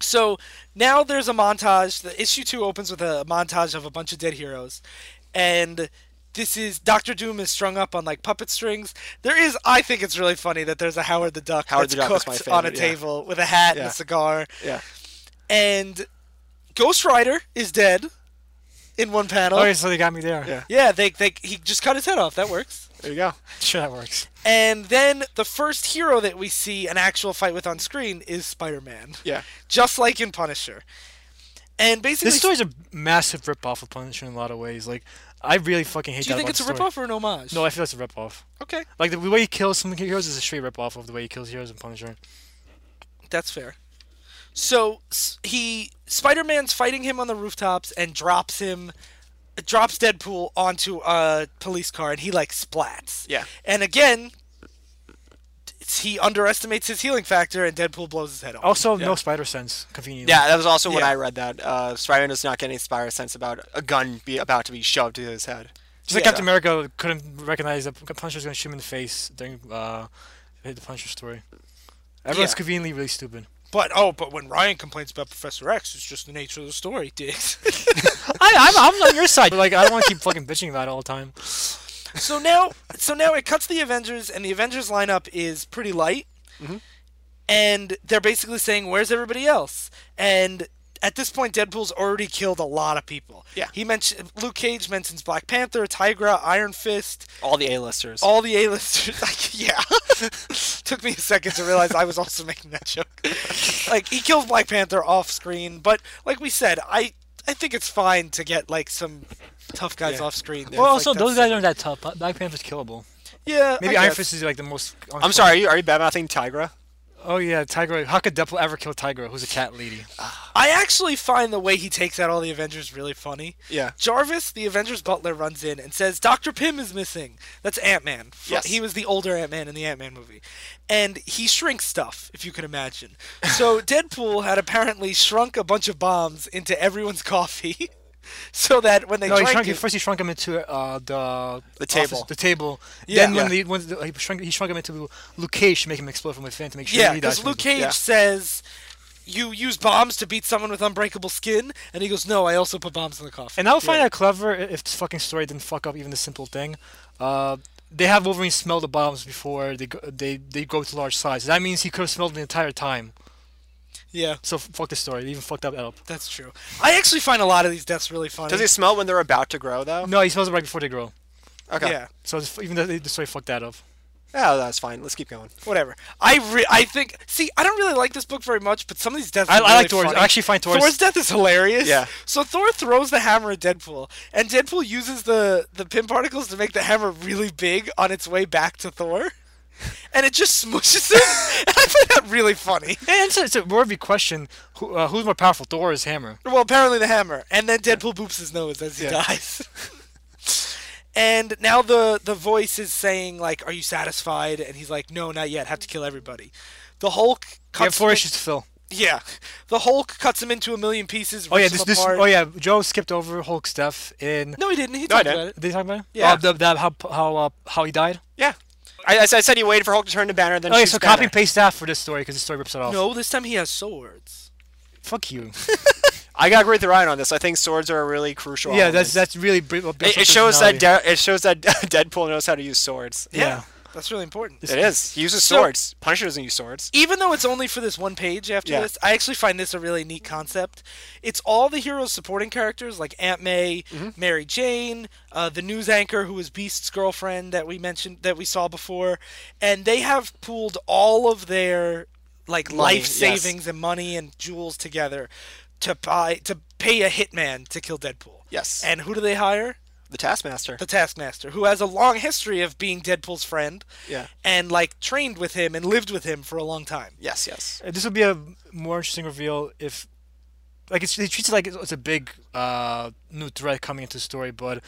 So now there's a montage. The issue two opens with a montage of a bunch of dead heroes, and this is Doctor Doom is strung up on like puppet strings. There is, I think it's really funny that there's a Howard the Duck
Howard
that's
the Duck is
cooked
my
on a
favorite, yeah.
table with a hat and
Yeah.
a cigar,
Yeah.
and Ghost Rider is dead in one panel.
Oh,
Okay, so they got me there.
Yeah.
Yeah, they, they he just cut his head off. That works.
There you go.
Sure, that works.
And then the first hero that we see an actual fight with on screen is Spider-Man.
Yeah.
Just like in Punisher. And basically,
This story's a massive ripoff of Punisher in a lot of ways. Like, I really fucking hate
do you
that
think
about
it's a
the story.
ripoff or an homage?
No, I feel it's a ripoff.
Okay,
Like the way he kills some heroes is a straight ripoff of the way he kills heroes in Punisher.
that's fair. So s- he Spider-Man's fighting him on the rooftops and drops him drops Deadpool onto a police car and he like splats.
Yeah.
And again, it's- he underestimates his healing factor and Deadpool blows his head off.
Also,
Yeah.
no spider sense. Conveniently.
Yeah, that was also when
Yeah.
I read that. Uh, Spider-Man does not get any spider sense about a gun be about to be shoved to his head.
Just like
Yeah.
Captain America couldn't recognize that Punisher's gonna shoot him in the face during uh, the Punisher story. Everyone's
Yeah.
conveniently really stupid.
But oh, but when Ryan complains about Professor X, it's just the nature of the story, dicks. Uh,
I, I'm, I'm on your side, but like I don't want to keep fucking bitching about it all the time.
so now, so now it cuts the Avengers, and the Avengers lineup is pretty light, and they're basically saying, "Where's everybody else?" And at this point, Deadpool's already killed a lot of people.
Yeah.
he mentioned Luke Cage mentions Black Panther, Tigra, Iron Fist,
All the A-listers.
all the A-listers. Like, yeah, took me a second to realize I was also making that joke. like he kills Black Panther off screen, but like we said, I I think it's fine to get like some tough guys off screen.
well,
It's
also
like,
those
that's-
guys aren't that tough. Black Panther's killable.
yeah,
Maybe
I
Iron
guess.
Fist is like the most.
I'm sorry, are you, are you badmouthing Tigra?
Oh yeah, Tiger. How could Deadpool ever kill Tiger, who's a cat lady?
I actually find the way he takes out all the Avengers really funny.
Yeah.
Jarvis, the Avengers butler, runs in and says, Dr. Pym is missing. That's Ant Man.
Yes.
He was the older Ant Man in the Ant Man movie. And he shrinks stuff, if you can imagine. So Deadpool had apparently shrunk a bunch of bombs into everyone's coffee so that when they
No, he
drank
shrunk. He,
it,
first he shrunk him into uh, the
The table.
office- the table.
Yeah.
then when,
Yeah.
The, when the, he shrunk, he shrunk him into Luke Cage to make him explode from within to make sure
Yeah,
he
because
dies. from
Luke
his-
Cage
Yeah.
says, You use bombs to beat someone with unbreakable skin. And he goes, No, I also put bombs in the coffee.
And I would find that clever i- if this fucking story didn't fuck up even the simple thing. Uh, they have Wolverine smell the bombs before they go, they they go to large size. That means he could have smelled them the entire time.
yeah.
So f- fuck the story. They even fucked that up.
That's true. I actually find a lot of these deaths really funny.
Does he smell when they're about to grow though?
No, he smells it right before they grow.
Okay.
Yeah,
So it's, f- even though they- the story fucked that up.
Yeah, that's fine. Let's keep going.
whatever. I re- I think. See, I don't really like this book very much, but some of these deaths.
I,
are
I like
really
Thor's.
funny.
I actually find Thor's.
Thor's death is hilarious.
Yeah.
So Thor throws the hammer at Deadpool, and Deadpool uses the the pin particles to make the hammer really big on its way back to Thor, and it just smushes him. and I find that really funny.
and it's a, it's a worthy question. Who, uh, who's more powerful, Thor or his hammer?
Well, apparently the hammer, and then Deadpool boops his nose as he
Yeah.
dies. and now the the voice is saying like, "Are you satisfied?" And he's like, "No, not yet. Have to kill everybody." The Hulk cuts
You have four
him in-
issues to fill.
Yeah, the Hulk cuts him into a million pieces.
Oh yeah,
rips
this,
him
this.
apart.
Oh yeah, Joe skipped over Hulk stuff in.
No, he didn't. He
I
talked
didn't.
about it.
Did he talk about it?
Yeah.
Uh, the, the, how how uh, how he died.
Yeah. I, I s- I said he waited for Hulk to turn to Banner, then
Oh yeah,
shoots
so copy
Banner.
and paste that for this story because the story rips it off.
No, this time he has swords.
Fuck you.
I got to agree with Ryan on this. I think swords are a really crucial.
yeah,
element.
that's that's really. Br-
It, it shows that De- it shows that Deadpool knows how to use swords.
Yeah.
that's really important.
It is. He uses
So-
swords. Punisher doesn't use swords.
Even though it's only for this one page after
Yeah.
this, I actually find this a really neat concept. It's all the heroes' supporting characters like Aunt May,
Mm-hmm.
Mary Jane, uh, the news anchor who was Beast's girlfriend that we mentioned that we saw before, and they have pooled all of their like
Money,
life savings and money and jewels together to buy to pay a hitman to kill Deadpool.
Yes.
And who do they hire?
The Taskmaster.
the Taskmaster, who has a long history of being Deadpool's friend.
Yeah.
And like trained with him and lived with him for a long time.
yes, yes.
Uh, This would be a more interesting reveal if like it's they treat it like it's, it's a big uh, new threat coming into the story, but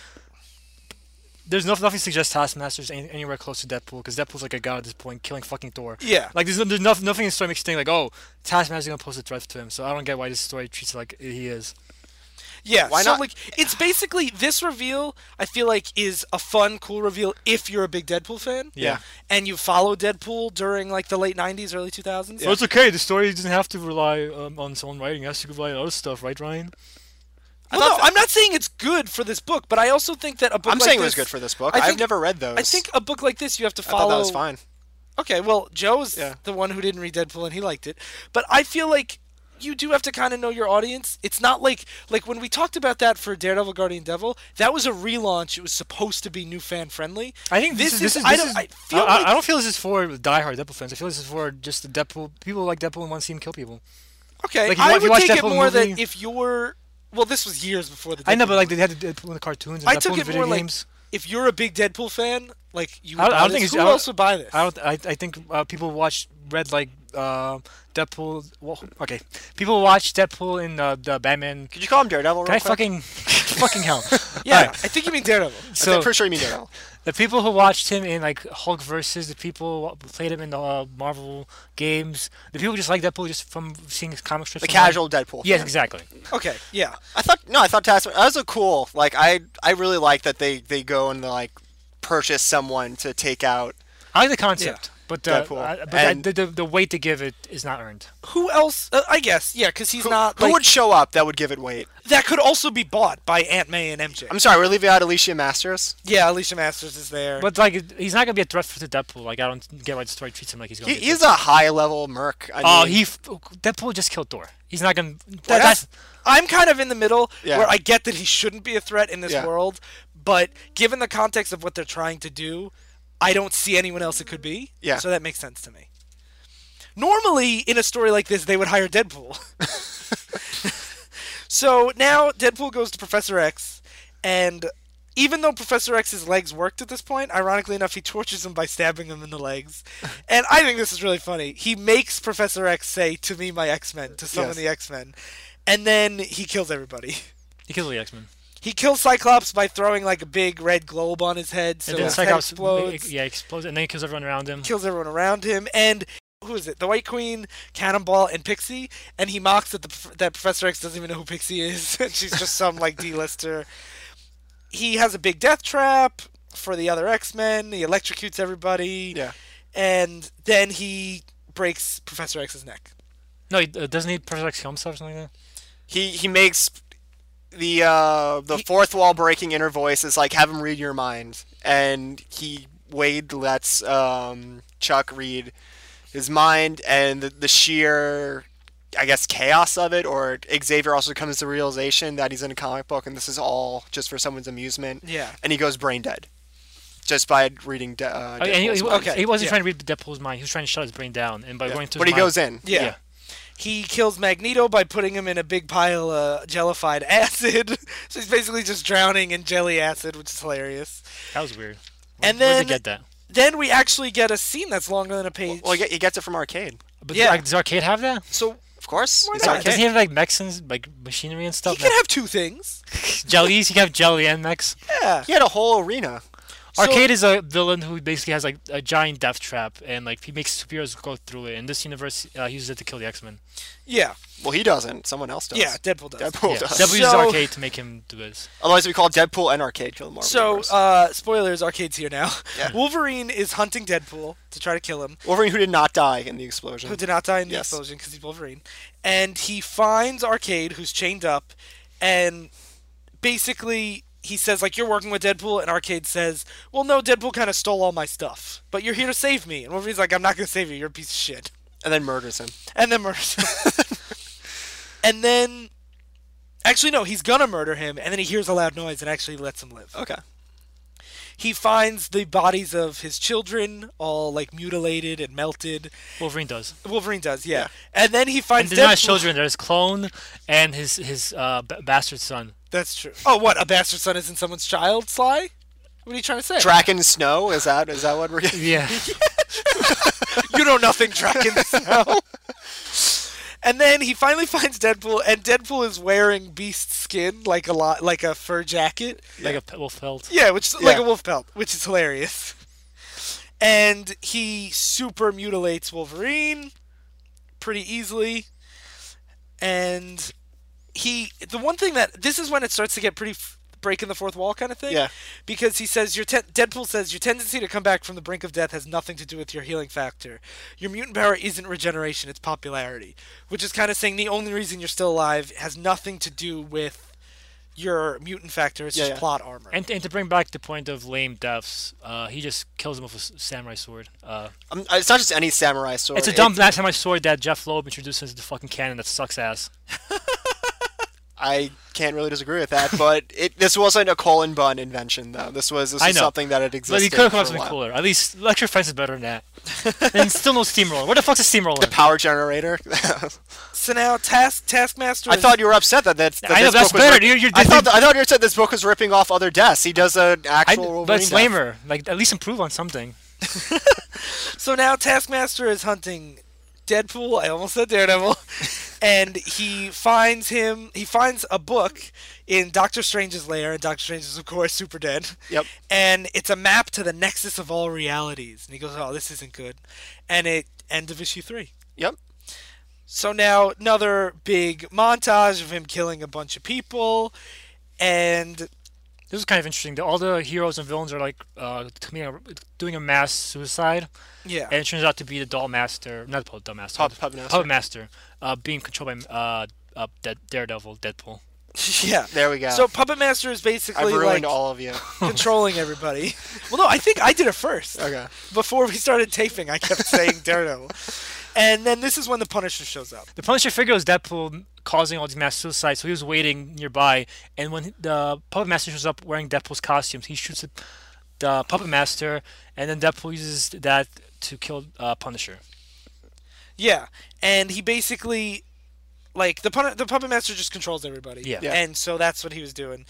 there's nothing, nothing suggests Taskmaster's any, anywhere close to Deadpool because Deadpool's like a god at this point, killing fucking Thor.
Yeah.
Like there's no, there's nothing, nothing in the story makes you think like oh Taskmaster's gonna pose a threat to him, so I don't get why this story treats it like he is.
Yeah,
Why
so
not?
like it's basically this reveal I feel like is a fun, cool reveal if you're a big Deadpool fan.
Yeah.
And you follow Deadpool during like the late nineties, early two thousands.
So it's okay. The story doesn't have to rely um, on its own writing. It has to rely on other stuff, right, Ryan?
Well, no, I'm not saying it's good for this book, but I also think that a book
I'm
like
saying
this,
it was good for this book.
I
I've
think-
never read those.
I think a book like this you have to
I
follow
thought that was fine.
Okay, well, Joe's
Yeah.
the one who didn't read Deadpool and he liked it. But I feel like you do have to kind of know your audience. It's not like like when we talked about that for Daredevil Guardian Devil, that was a relaunch. It was supposed to be new fan friendly.
I think this,
this,
is, this is.
I
this
don't
is-
I feel
I,
like
I don't feel this is for diehard Deadpool fans. I feel this is for just the Deadpool people who like Deadpool and want to see him kill people.
Okay,
Like, if you
I
watch- if you
would
watch
take it
Deadpool
more that
movie-
if you're well, this was years before the. Deadpool
I know, but like
movie.
they had Deadpool in the cartoons and
I
Deadpool
took
in
it
video
more like
games.
if you're a big Deadpool fan, like you. Would
I don't- I
buy
don't think
this.
it's-
who
I don't-
else would buy this?
I don't. I, I think uh, people watch read like uh, Deadpool. Well, okay, people watch Deadpool in uh, the Batman.
Could you call him Daredevil?
Can
real
I
quick?
fucking fucking hell?
yeah,
Alright,
I think you mean Daredevil.
I think-
So
pretty sure you mean Daredevil.
the people who watched him in like Hulk versus the people who played him in the uh, Marvel games, the people who just like Deadpool just from seeing his comic strips.
The
online.
casual Deadpool.
Yes,
fan.
exactly.
Okay, yeah,
I thought no, I thought Taskmaster. That was a cool. Like I, I really like that they they go and like purchase someone to take out.
I like the concept, but uh,
Deadpool.
I- but
And-
I, the, the the weight to give it is not earned.
who else? Uh, I guess yeah, because he's
Who,
not.
who
like,
would show up that would give it weight?
that could also be bought by Aunt May and MJ.
I'm sorry, we're leaving out Alicia Masters.
yeah, Alicia Masters is there.
But like, it- he's not gonna be a threat to Deadpool. Like, I don't get why the story treats him like he's gonna.
He,
be
he's
threat.
a high level merc. I
Oh,
mean,
he f- Deadpool just killed Thor. He's not gonna.
That's-
that's
I'm kind of in the middle
Yeah.
where I get that he shouldn't be a threat in this
Yeah.
world, but given the context of what they're trying to do, I don't see anyone else it could be.
Yeah.
So that makes sense to me. Normally, in a story like this, they would hire Deadpool. so now Deadpool goes to Professor X, and even though Professor X's legs worked at this point, ironically enough, he tortures him by stabbing him in the legs. and I think this is really funny. He makes Professor X say, To me, my X Men, to summon
Yes.
the X Men. And then he kills everybody.
he killed the X Men.
He kills Cyclops by throwing like a big red globe on his head, so
and then
his
Cyclops
head explodes,
Yeah, explodes, and then he kills everyone around him.
kills everyone around him, and who is it? The White Queen, Cannonball, and Pixie. And he mocks that the prof- that Professor X doesn't even know who Pixie is. and She's just some like D-lister. He has a big death trap for the other X-Men. He electrocutes everybody.
Yeah.
And then he breaks Professor X's neck.
No, he, uh, doesn't he Professor X kill himself or something like that?
he he makes the uh, the fourth wall breaking inner voice is like have him read your mind, and he Wade lets um, Chuck read his mind, and the, the sheer I guess chaos of it, or Xavier also comes to the realization that he's in a comic book, and this is all just for someone's amusement.
Yeah.
and he goes brain dead just by reading. De- uh,
Okay, and he,
Deadpool's
he-
mind.
Okay,
Oh, he wasn't
yeah.
trying to read Deadpool's mind. He was trying to shut his brain down, and by going through.
but he
his mind-
goes in.
Yeah.
Yeah.
He kills Magneto by putting him in a big pile of jellified acid. so he's basically just drowning in jelly acid, which is hilarious.
That was weird.
And
Where
then
did they get that?
then we actually get a scene that's longer than a page.
Well, he get- he gets it from arcade,
But
yeah.
like, does Arcade have that?
so
of course. It's
not?
arcade.
Doesn't he have like mechs and like machinery and
he
stuff?
can
Like,
have two things.
jellies. He can have jelly and mechs.
Yeah.
He had a whole arena.
Arcade is a villain who basically has like a giant death trap, and like he makes superheroes go through it. In this universe, uh, he uses it to kill the X Men.
Yeah.
Well, he doesn't. Someone else does.
Yeah. Deadpool does.
Deadpool
yeah.
does.
Devil uses
So-
Arcade to make him do this.
Otherwise, we call Deadpool and Arcade Kill the Marvel
So,
Universe.
uh, spoilers, Arcade's here now.
Yeah.
Wolverine is hunting Deadpool to try to kill him,
Wolverine, who did not die in the explosion.
who did not die in the
Yes.
explosion because he's Wolverine. And he finds Arcade, who's chained up, and basically he says, like, you're working with Deadpool, and Arcade says, well, no, Deadpool kind of stole all my stuff, but you're here to save me. And Wolverine's like, I'm not going to save you, you're a piece of shit.
and then murders him.
and then murders him. and then actually no he's gonna murder him and then he hears a loud noise and actually lets him live
Okay.
he finds the bodies of his children all like mutilated and melted
Wolverine does.
wolverine does yeah,
Yeah.
and then he
And
finds
there's not his
Deadpool-
children. There's clone and his his uh, b- bastard son.
that's true oh what a bastard son isn't someone's child sly what are you trying to say
Draken Snow is that is that what we're getting?
Yeah.
you know nothing draken snow And then he finally finds Deadpool, and Deadpool is wearing beast skin, like a lot, like a fur jacket.
like a pe- wolf felt.
Yeah, which like
Yeah.
a wolf pelt, which is hilarious. And he super mutilates Wolverine pretty easily. And he the one thing that this is when it starts to get pretty f- breaking the fourth wall kind of thing.
Yeah.
Because he says your ten- Deadpool says your tendency to come back from the brink of death has nothing to do with your healing factor. Your mutant power isn't regeneration, it's popularity, which is kind of saying the only reason you're still alive has nothing to do with your mutant factor, it's
Yeah,
just
yeah.
plot armor.
And, and to bring back the point of lame deaths, uh, he just kills him with a s- samurai sword. Uh,
Um, it's not just any samurai sword.
it's a dumb that samurai sword that Jeff Loeb introduces the fucking cannon that sucks ass.
I can't really disagree with that, but it this wasn't a colon bun invention though. This was this
I
was
know.
something that had
But
existed.
he could have come
for
up
a
with something
while.
cooler. At least Electric Fence is better than that. and still no steamroller. Where the fuck's a
The
steamroller?
power generator.
So now Task Taskmaster.
I
is-
thought you were upset that that's. That
I know,
this
that's
book was
better.
rip-
You're- you're
I thought
different-
I thought you said this book was ripping off other deaths. He does an
I,
actual. Wolverine
but it's
death.
lamer. Like at least improve on something.
so now Taskmaster is hunting Deadpool. I almost said Daredevil, and he finds him. He finds a book in Doctor Strange's lair, and Doctor Strange is of course super dead.
Yep.
And it's a map to the nexus of all realities, and he goes, "Oh, this isn't good," and it end of issue three.
Yep.
So now another big montage of him killing a bunch of people, and
This is kind of interesting. that All the heroes and villains are like uh, committing a- doing a mass suicide,
yeah,
and it turns out to be the doll master, not the doll master,
Pup-
the
Pup Master.
Master, uh, being controlled by uh, uh, Dead Daredevil, Deadpool.
yeah.
There we go.
So Puppet Master is basically
I've ruined
like
all of you.
controlling everybody. Well, no, I think I did it first.
Okay.
Before we started taping, I kept saying Daredevil. And then this is when the Punisher shows up.
The Punisher figure was Deadpool causing all these mass suicides, so he was waiting nearby. And when the Puppet Master shows up wearing Deadpool's costumes, he shoots at the Puppet Master, and then Deadpool uses that to kill uh, Punisher.
Yeah, and he basically, like the pun- the Puppet Master just controls everybody.
Yeah. Yeah.
And so that's what he was doing.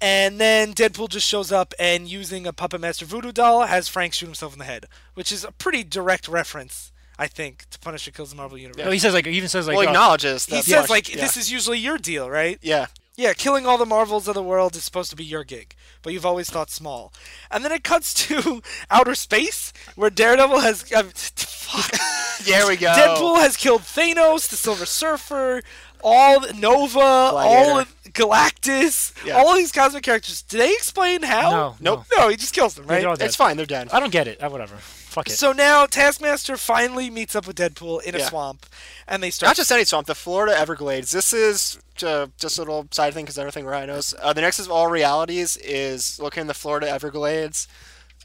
And then Deadpool just shows up and using a Puppet Master voodoo doll has Frank shoot himself in the head, which is a pretty direct reference, I think, to Punisher kills the Marvel Universe.
Oh, he says like he even says like
well,
uh,
acknowledges that.
He says
much.
like
yeah.
this is usually your deal, right?
Yeah.
Yeah, killing all the marvels of the world is supposed to be your gig, but you've always thought small. And then it cuts to outer space, where Daredevil has. Uh, fuck.
There we go.
Deadpool has killed Thanos, the Silver Surfer, all the- Nova, all of Galactus,
Yeah.
all these cosmic characters. Do they explain how?
No,
Nope.
No, he just kills them,
no,
right?
they're all dead.
It's fine. They're dead.
I don't get it. Uh, whatever. Fuck it.
So now Taskmaster finally meets up with Deadpool in a
Yeah.
swamp, and they start.
Not just any swamp, the Florida Everglades. This is uh, just a little side thing because I don't think Ryan knows. Uh, the next is All Realities is located in the Florida Everglades.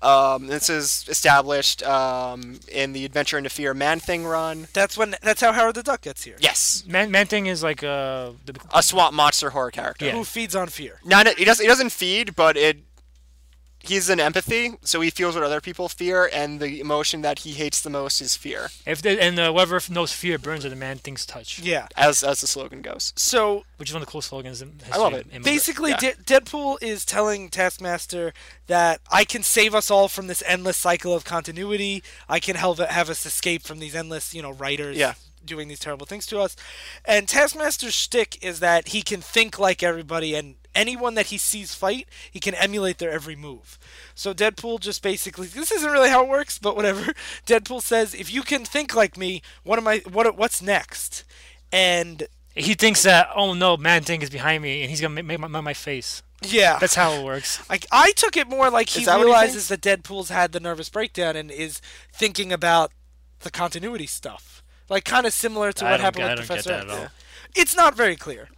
Um, this is established um, in the Adventure into Fear Man Thing run.
that's when. That's how Howard the Duck gets here.
Yes,
Man, Man Thing is like uh, the
a swamp monster horror character.
Yeah.
Who feeds on fear?
Not he doesn't he doesn't feed, but it he's an empathy, so he feels what other people fear, and the emotion that he hates the most is fear,
if the, and uh, whoever knows fear burns at the Man Thing's touch,
Yeah.
as as the slogan goes.
So
which is one of the coolest slogans in history.
love
of
it.
immigrant-
Basically,
Yeah.
De- Deadpool is telling Taskmaster that I can save us all from this endless cycle of continuity. I can help have us escape from these endless, you know, writers
Yeah.
doing these terrible things to us. And Taskmaster's shtick is that he can think like everybody and anyone that he sees fight, he can emulate their every move. So Deadpool just basically this isn't really how it works, but whatever. Deadpool says, "If you can think like me, what am I what what's next?" And
he thinks that oh no, Man Thing is behind me, and he's gonna ma- make my, my face.
yeah.
That's how it works.
Like I took it more like he
Is that what he
realizes that Deadpool's had the nervous breakdown and is thinking about the continuity stuff. Like kind of similar to
I
what
don't
happened
get-
with
I don't get
Professor
that at
X.
all.
It's not very clear.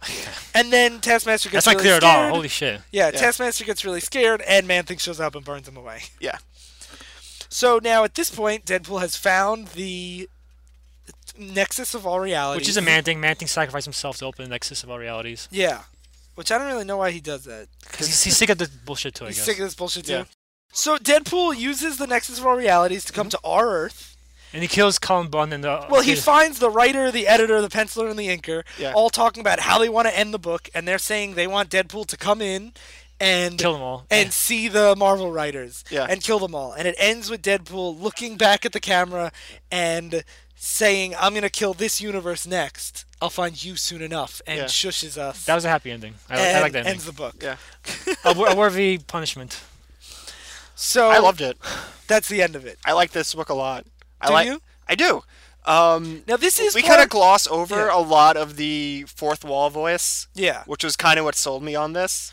and then Taskmaster gets
That's
really
not clear at
scared.
all. Holy shit.
yeah, Taskmaster gets really scared and Man Thing shows up and burns him away.
Yeah.
So now at this point Deadpool has found the nexus of all reality.
Which is a man thing. Man thing sacrificed himself to open the nexus of all realities.
Yeah. Which I don't really know why he does that.
Because he's, he's sick of the bullshit too, I
He's
guess.
sick of this bullshit too.
Yeah.
So Deadpool uses the nexus of all realities to
Mm-hmm.
come to our Earth.
And he kills Colin Bunn and uh, the.
Well, he
the-
finds the writer, the editor, the penciler, and the inker
Yeah.
all talking about how they want to end the book, and they're saying they want Deadpool to come in and
Kill them all.
and
Yeah.
see the Marvel writers
Yeah.
and kill them all. And it ends with Deadpool looking back at the camera and saying, I'm going to kill this universe next. I'll find you soon enough. And
Yeah.
shushes us.
That was a happy ending. I,
and
I like that ending.
ends the book.
Yeah.
a, wor- a worthy punishment.
So
I loved it.
that's the end of it.
I like this book a lot. I
Do
like.
you?
I do. Um,
Now this is
we
part-
kind of gloss over
Yeah.
a lot of the fourth wall voice,
yeah,
which was kind of what sold me on this.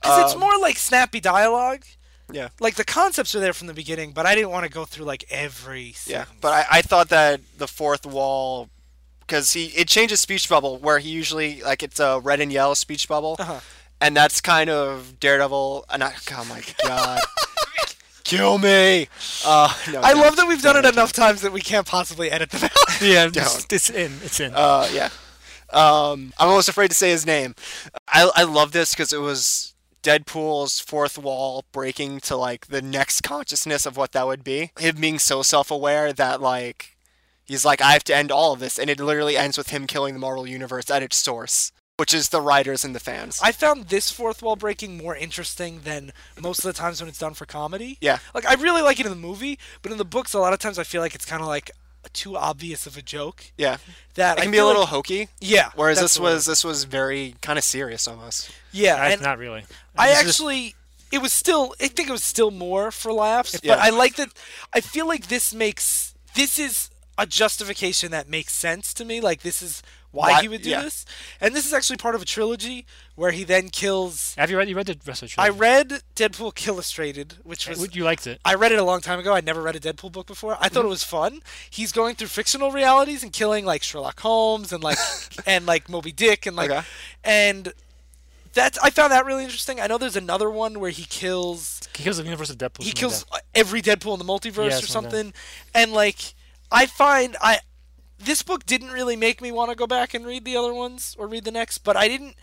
because it's
um,
more like snappy dialogue.
Yeah.
like the concepts are there from the beginning, but I didn't want to go through like every.
Yeah,
sentence.
but I, I thought that the fourth wall, because he it changes speech bubble where he usually like it's a red and yellow speech bubble,
Uh-huh.
and that's kind of Daredevil. And I, oh my god, kill me! Uh, no,
I
no.
love that we've done it enough times that we can't possibly edit them out.
Yeah, it's, it's in. It's in.
Uh, yeah. Um, I'm almost afraid to say his name. I, I love this because it was Deadpool's fourth wall breaking to like the next consciousness of what that would be. Him being so self aware that like he's like, I have to end all of this. And it literally ends with him killing the Marvel Universe at its source, which is the writers and the fans.
I found this fourth wall breaking more interesting than most of the times when it's done for comedy.
Yeah.
like I really like it in the movie, but in the books, a lot of times I feel like it's kind of like too obvious of a joke.
yeah.
That
It
I
can be a
feel
little
like-
hokey.
yeah.
Whereas
that's
this
the word.
was this was very kind of serious almost.
yeah,
I,
and-
not really.
I
This is just-
actually, it was still. I think it was still more for laughs,
Yeah.
but I like that. I feel like this makes this is a justification that makes sense to me. Like this is why,
Why-
he would do
yeah.
this, and this is actually part of a trilogy where he then kills.
have you read you read the rest of the
I
trilogy?
read Deadpool Illustrated, which was
Would- You liked it.
I read it a long time ago. I'd never read a Deadpool book before. I thought it was fun. He's going through fictional realities and killing like Sherlock Holmes and like and like Moby Dick and like
Okay.
and that's I found that really interesting. I know there's another one where he kills
He kills the universe of Deadpool.
he
something
kills
like
every Deadpool in the multiverse
Yeah,
or
something like that.
something. And like I find I this book didn't really make me want to go back and read the other ones or read the next, but I didn't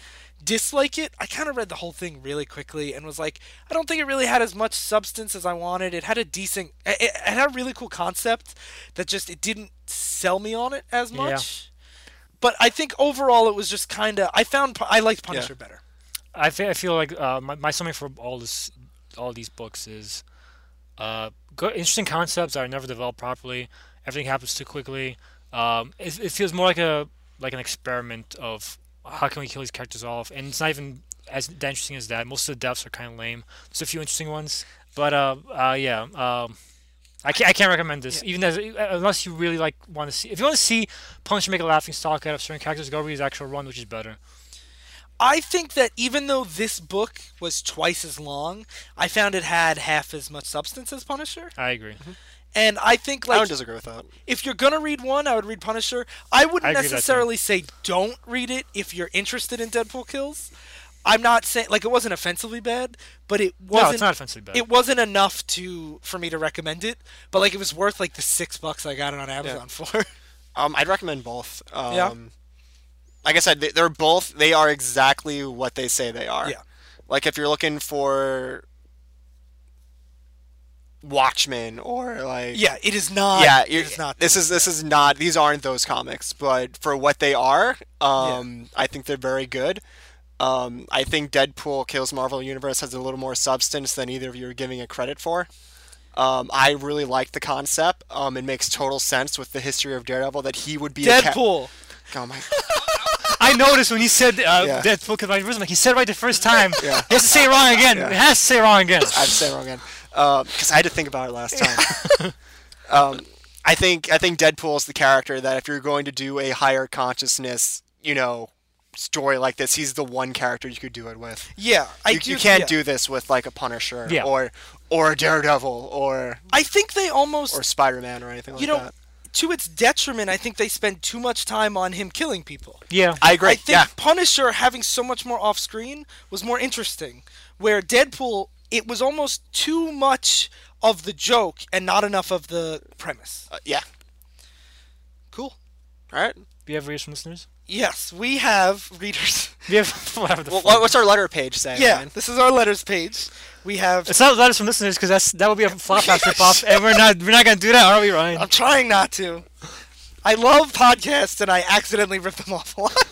dislike it. I kind of read the whole thing really quickly and was like, I don't think it really had as much substance as I wanted. It had a decent it, it had a really cool concept that just it didn't sell me on it as
Yeah.
much. But I think overall it was just kind of I found Pu- I liked Punisher better.
that. I feel, I feel like uh, my, my summary for all this all these books is uh, good, interesting concepts that are never developed properly. Everything happens too quickly. Um, it, it feels more like a like an experiment of how can we kill these characters off, and it's not even as that interesting as that. Most of the deaths are kind of lame. There's a few interesting ones, but uh, uh, yeah, um, I can't I can't recommend this. Even as e, uh, unless you really like want to see, if you want to see Punisher make a laughing stock out of certain characters, go read his actual run, which is better.
I think that even though this book was twice as long, I found it had half as much substance as Punisher.
I agree.
And I think
I
like
don't disagree with that.
if you're gonna read one, I would read Punisher. I wouldn't
I agree with that, too.
necessarily say don't read it if you're interested in Deadpool kills. I'm not saying like it wasn't offensively bad, but it wasn't
no, it's not offensively bad.
it wasn't enough to for me to recommend it, but like it was worth like the 6 bucks I got it on Amazon for.
Um, I'd recommend both. Um,
Yeah.
Like I said, they- they're both. They are exactly what they say they are.
Yeah.
Like if you're looking for Watchmen or like
yeah, it is not
yeah,
it
you're-
is not
This is this is not. These aren't those comics, but for what they are, um, I think they're very good. Um, I think Deadpool Kills Marvel Universe has a little more substance than either of you are giving it credit for. Um, I really like the concept. Um, it makes total sense with the history of Daredevil that he would be the ca-
Deadpool.
Oh my!
I noticed when he said uh,
Yeah.
Deadpool could my resume, he said it right the first time.
Yeah.
He has to say it wrong again. He has to say it wrong again.
I've said it wrong again. Because I had to think about it last time. um, I think I think Deadpool's the character that if you're going to do a higher consciousness, you know, story like this, he's the one character you could do it with.
Yeah, I
You,
do,
you can't
yeah.
do this with like a Punisher
Yeah.
or or a Daredevil or
I think they almost
or Spider Man or anything like
you know,
that.
to its detriment, I think they spend too much time on him killing people.
yeah,
I agree.
I think
yeah.
Punisher having so much more off screen was more interesting. Where Deadpool, it was almost too much of the joke and not enough of the premise.
Uh, yeah.
Cool.
All right.
Do you have readers from listeners?
Yes, we have readers.
Do you have whatever the
Well,
fuck?
what's our letter page say?
yeah,
Ryan?
this is our letters page. We have.
It's not letters from listeners because that's that would be a flop house ripoff, and we're not we're not gonna do that, are we, Ryan?
Uh,
I'm trying not to. I love podcasts and I accidentally rip them off a lot.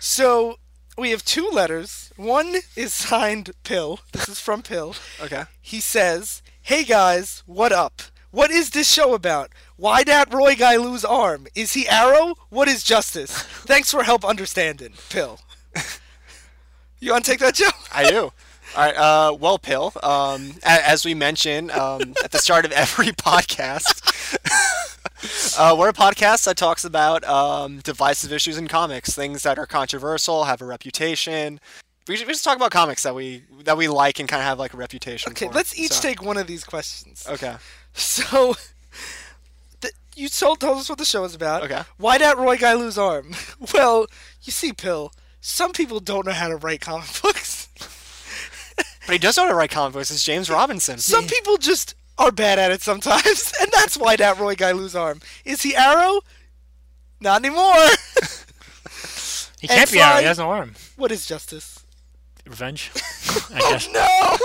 so we have two letters. One is signed Pill. This is from Pill.
Okay.
He says, Hey guys, what up? What is this show about? Why that Roy guy lose arm? Is he Arrow? What is justice? Thanks for help understanding, Pill. You want to take that, Joe?
I do. All right. Uh, well, Pill, um, a- as we mentioned um, at the start of every podcast, uh, we're a podcast that talks about um, divisive issues in comics, things that are controversial, have a reputation. We just, we just talk about comics that we that we like and kind of have like a reputation.
Okay,
for.
let's each
So-
take one of these questions.
Okay.
So, th you told, told us what the show is about.
Okay.
Why that Roy guy lose arm? Well, you see, Pill, some people don't know how to write comic books.
But he does know how to write comic books. It's James Robinson.
Some people just are bad at it sometimes, and that's why that Roy guy lose arm. Is he Arrow? Not anymore.
He can't
And
be out.
fine.
He has no arm.
what is justice?
Revenge. I guess.
No. Oh,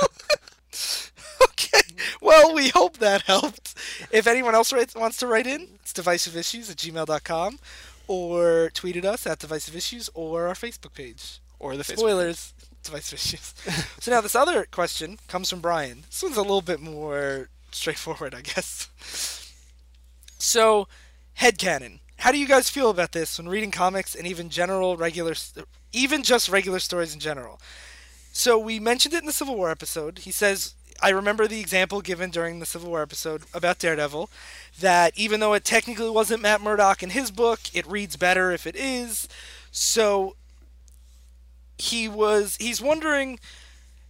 okay. Well, we hope that helped. If anyone else writes, wants to write in, it's divisiveissues at gmail.com or tweet at us at divisiveissues or our Facebook page.
or the Facebook.
Spoilers, divisive issues. so now this other question comes from Brian. This one's a little bit more straightforward, I guess. So, headcanon. How do you guys feel about this when reading comics and even general regular st- even just regular stories in general? So we mentioned it in the Civil War episode. He says, I remember the example given during the Civil War episode about Daredevil that even though it technically wasn't Matt Murdock in his book, it reads better if it is. So he was he's wondering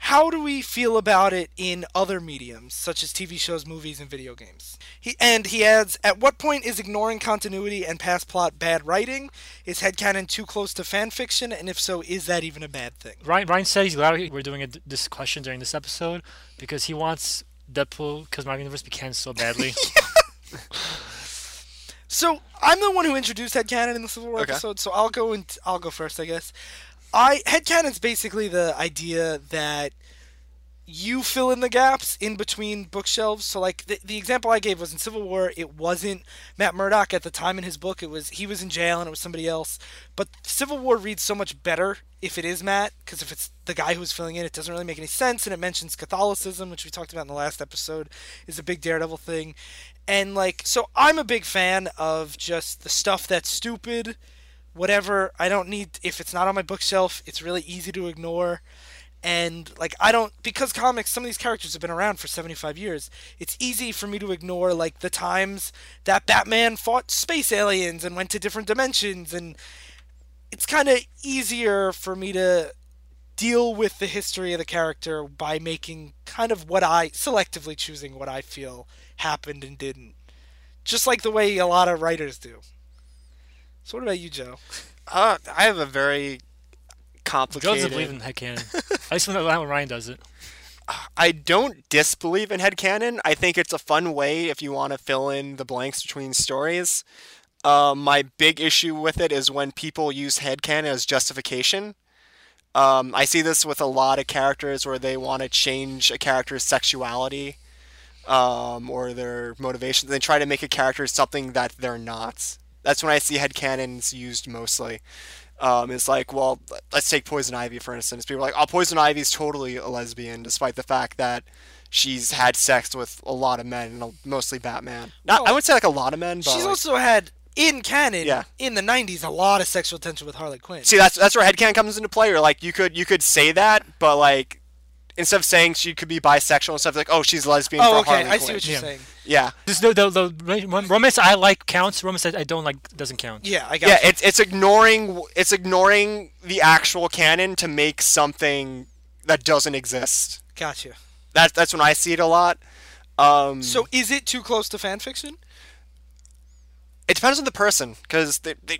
how do we feel about it in other mediums such as TV shows, movies and video games. He and he adds at what point is ignoring continuity and past plot bad writing? Is headcanon too close to fan fiction and if so is that even a bad thing?
Ryan, Ryan said he's glad we're doing it this question during this episode because he wants Deadpool because my universe be canned so badly.
So I'm the one who introduced headcanon in the Civil War
Okay.
episode, so I'll go and I'll go first, I guess. I headcanon's basically the idea that you fill in the gaps in between bookshelves. So like the, the example I gave was in Civil War, it wasn't Matt Murdock at the time in his book. It was he was in jail and it was somebody else. But Civil War reads so much better if it is Matt because if it's the guy who's filling in, it doesn't really make any sense. And it mentions Catholicism, which we talked about in the last episode, is a big Daredevil thing. And like, so I'm a big fan of just the stuff that's stupid, whatever. I don't need if it's not on my bookshelf, it's really easy to ignore and like I don't because comics some of these characters have been around for 75 years it's easy for me to ignore like the times that Batman fought space aliens and went to different dimensions and it's kind of easier for me to deal with the history of the character by making kind of what I selectively choosing what I feel happened and didn't just like the way a lot of writers do so what about you Joe
Uh, I have a very
Joe doesn't
complicated.
believe in headcanon. I just don't like when Ryan does it.
I don't disbelieve in headcanon. I think it's a fun way if you want to fill in the blanks between stories. Uh, my big issue with it is when people use headcanon as justification. Um, I see this with a lot of characters where they want to change a character's sexuality um, or their motivations. They try to make a character something that they're not. That's when I see headcanons used mostly. Um, it's like, well, let's take Poison Ivy for instance. People are like, oh, Poison Ivy's totally a lesbian, despite the fact that she's had sex with a lot of men, and mostly Batman. Not, I
Well,
would say like a lot of men, but
she's
like-
also had in canon
Yeah.
in the 90s a lot of sexual tension with Harley Quinn
see that's that's where headcanon comes into play. Or like you could you could say that, but like instead of saying she could be bisexual and stuff, like oh she's lesbian. for
Oh, okay.
Harley
I see what
Quinn.
you're
Yeah.
saying.
Yeah,
This the, the, the rom- romance I like counts. Romance I I don't like doesn't count.
Yeah, I got.
yeah.
you.
It's it's ignoring it's ignoring the actual canon to make something that doesn't exist.
Gotcha.
That that's when I see it a lot. Um,
So, is it too close to fan fiction?
it depends on the person because they, they,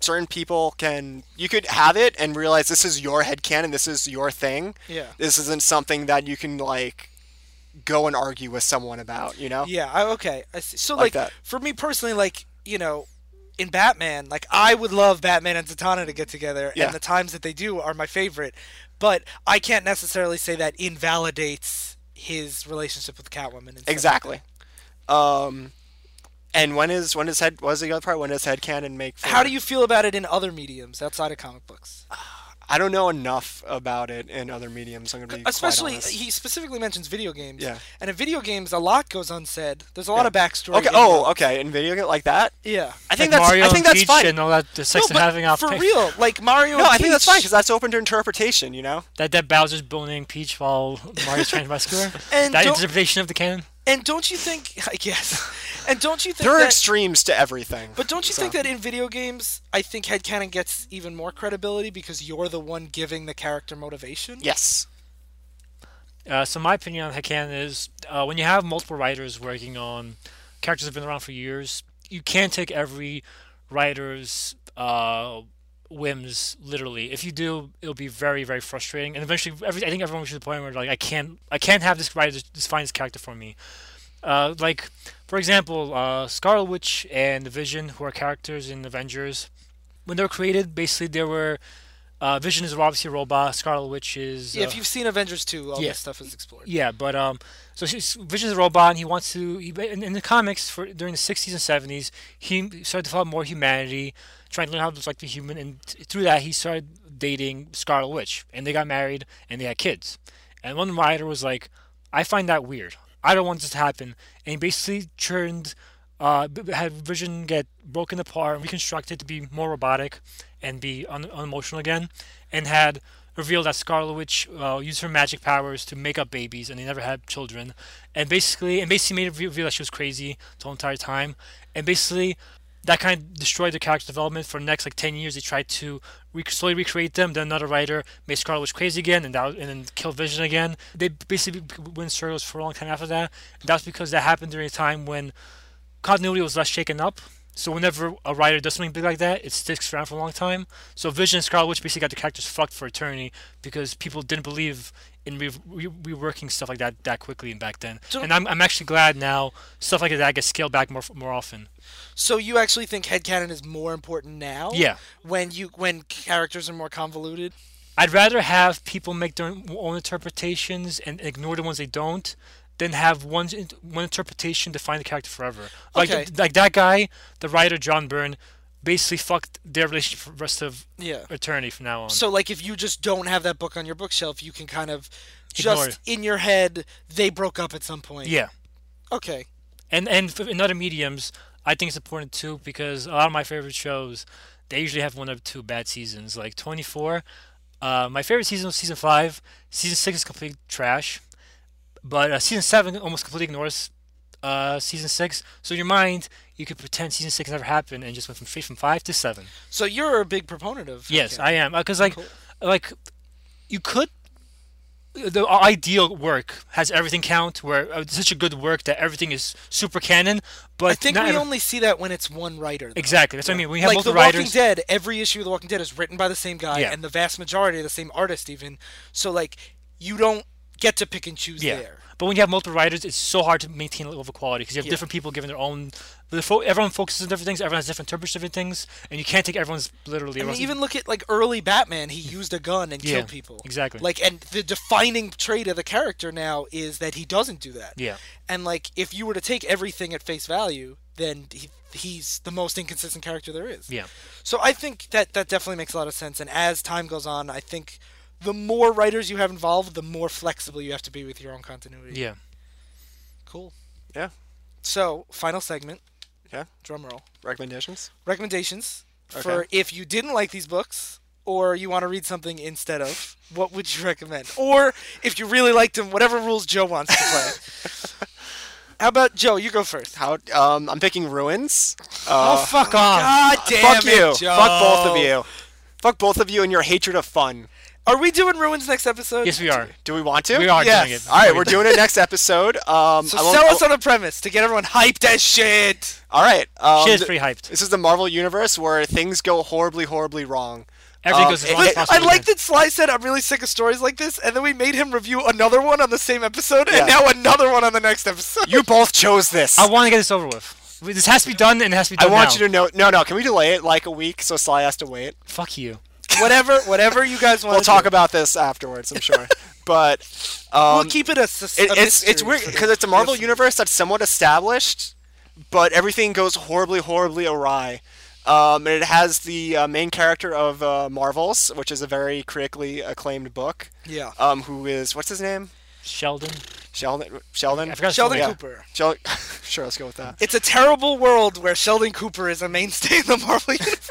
certain people can you could have it and realize this is your headcanon this is your thing
Yeah.
this isn't something that you can like go and argue with someone about you know
Yeah. I, okay. I see. So, like,
Like that.
for me personally, like, you know, in Batman, like, I would love Batman and Zatanna to get together,
Yeah.
and the times that they do are my favorite. But I can't necessarily say that invalidates his relationship with Catwoman. And stuff like
exactly um and when is when is head what was the other part when does headcanon make
that. How
for-
do you feel about it in other mediums outside of comic books?
I don't know enough about it in other mediums. I'm gonna be quite
Especially,
honest.
he specifically mentions video games.
Yeah.
And in video games, a lot goes unsaid. There's a lot of backstory.
Okay.
in
Oh, okay. In video game like that,
them. yeah.
I think
like
that's
Mario
I think
and
that's
Peach
fine.
and all that the
no,
sex and
but
having off
for real, like Mario.
no,
and
I think that's
Peach
fine because that's open to interpretation. You know.
that that Bowser's boning Peach while Mario's trying to rescue her.
And
that
don't-
interpretation of the canon.
And don't you think? I guess. And don't you think
There are
that?
extremes to everything.
but don't you
so.
think that in video games, I think headcanon gets even more credibility because you're the one giving the character motivation.
Yes.
Uh, so my opinion on Hakan is uh, when you have multiple writers working on characters that have been around for years, you can't take every writer's uh, whims literally. If you do, it'll be very very frustrating, and eventually, every, I think everyone reaches the point where like I can't I can't have this writer just find this character for me. Uh, like for example, uh, Scarlet Witch and the Vision, who are characters in Avengers, when they were created, basically they were. Uh, Vision is obviously a robot. Scarlet Witch is.
Yeah,
uh,
if you've seen Avengers 2, all
Yeah.
this stuff is explored.
yeah, but um, so she's, Vision's a robot, and he wants to. He, in, in the comics, for during the '60s and '70s, he started to develop more humanity, trying to learn how to like the human, and t- through that, he started dating Scarlet Witch, and they got married, and they had kids. And one writer was like, "I find that weird. I don't want this to happen." And he basically turned, uh, b- had Vision get broken apart and reconstructed to be more robotic, and be un- unemotional again, and had revealed that Scarlet Witch uh, used her magic powers to make up babies, and they never had children. And basically, and basically made it re- reveal that she was crazy the whole entire time. And basically, that kind of destroyed the character development for the next like ten years. They tried to re- slowly recreate them. Then another writer made Scarlet Witch crazy again, and that was, and then killed Vision again. They basically b- b- went in circles for a long time after that. That's because that happened during a time when continuity was less shaken up. So whenever a writer does something big like that, it sticks around for a long time. So Vision and Scarlet Witch basically got the characters fucked for eternity because people didn't believe in re- re- reworking stuff like that that quickly and back then.
So-
and I'm, I'm actually glad now stuff like that gets scaled back more more often.
So you actually think headcanon is more important now?
Yeah.
When you when characters are more convoluted?
I'd rather have people make their own interpretations and ignore the ones they don't than have one one interpretation define the character forever. Like
Okay.
like that guy, the writer John Byrne, basically fucked their relationship for the rest of
Yeah.
eternity from now on.
So like if you just don't have that book on your bookshelf, you can kind of
Ignore
just in your head they broke up at some point.
yeah.
Okay.
and and f- in other mediums, I think it's important too because a lot of my favorite shows, they usually have one or two bad seasons. Like 24, uh, my favorite season was season five. Season six is complete trash, but uh, season seven almost completely ignores uh, season six. So in your mind, you could pretend season six never happened and just went from three from five to seven.
So you're a big proponent of
Yes,
headcanon.
I am because like
Cool.
like you could the ideal work has everything count where uh, it's such a good work that everything is super canon but
I think
not
we
every-
only see that when it's one writer. though.
Exactly. That's what I mean. We have
Like The
multiple
Walking Dead,
writers.
every issue of The Walking Dead is written by the same guy
Yeah.
and the vast majority of the same artist even. So like you don't get to pick and choose
yeah.
there.
But when you have multiple writers, it's so hard to maintain a level of quality because you have
Yeah.
different people giving their own. The fo- everyone focuses on different things. Everyone has different interprets of different things, and you can't take everyone's literally.
I mean,
everyone's-
even look at like early Batman. He used a gun and
Yeah,
killed people.
exactly.
Like, and the defining trait of the character now is that he doesn't do that.
Yeah.
And like, if you were to take everything at face value, then he, he's the most inconsistent character there is.
Yeah.
So I think that that definitely makes a lot of sense. And as time goes on, I think the more writers you have involved, the more flexible you have to be with your own continuity.
Yeah.
Cool.
Yeah.
So final segment.
Yeah.
Drum roll
Recommendations.
recommendations for if you didn't like these books or you want to read something instead of what would you recommend or if you really liked them whatever rules joe wants to play how about joe you go first
How? Um, I'm picking ruins. Uh,
oh fuck off god damn
fuck
it,
you.
Joe.
Fuck both of you. Fuck both of you and your hatred of fun.
are we doing ruins next episode
Yes, we are.
Do we want to?
We are
Yes.
doing it.
All right, we're doing it next episode. Um,
so
I won't-
sell
I
us on a premise to get everyone hyped as shit
All right. Um,
Shit is
th-
pretty hyped.
This is the Marvel universe where things go horribly, horribly wrong.
Everything
um,
goes as
it-
long as
it- I
possible.
I like that Sly said I'm really sick of stories like this, and then we made him review another one on the same episode, and
Yeah.
now another one on the next episode.
You both chose this.
I want to get this over with. We- This has to be done, and it has to be
I
done
want
now.
you to know. No, no. Can we delay it like a week so Sly has to wait?
Fuck you.
whatever, whatever you guys want.
We'll
to
talk
do.
about this afterwards, I'm sure. but um,
we'll keep it a, sus-
it,
a
it's it's
mystery
weird
for
because it's a Marvel universe that's somewhat established, but everything goes horribly, horribly awry. Um, and it has the uh, main character of uh, Marvels, which is a very critically acclaimed book.
Yeah.
Um, who is what's his name?
Sheldon.
Sheldon. Sheldon.
I forgot his
Sheldon
yeah.
Cooper.
Sheldon. sure, let's go with that.
It's a terrible world where Sheldon Cooper is a mainstay in the Marvel universe.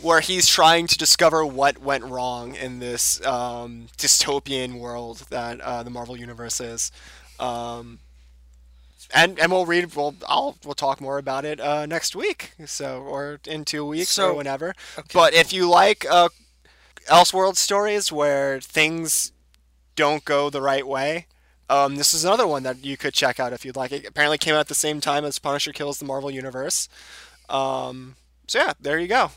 Where he's trying to discover what went wrong in this um, dystopian world that uh, the Marvel universe is. Um, and and we'll read. We'll I'll we'll talk more about it uh, next week. So or in two weeks
So-
or whenever. But if you like uh, Elseworld stories where things don't go the right way. Um, this is another one that you could check out if you'd like. It apparently came out at the same time as Punisher Kills the Marvel Universe. Um, so yeah, there you go.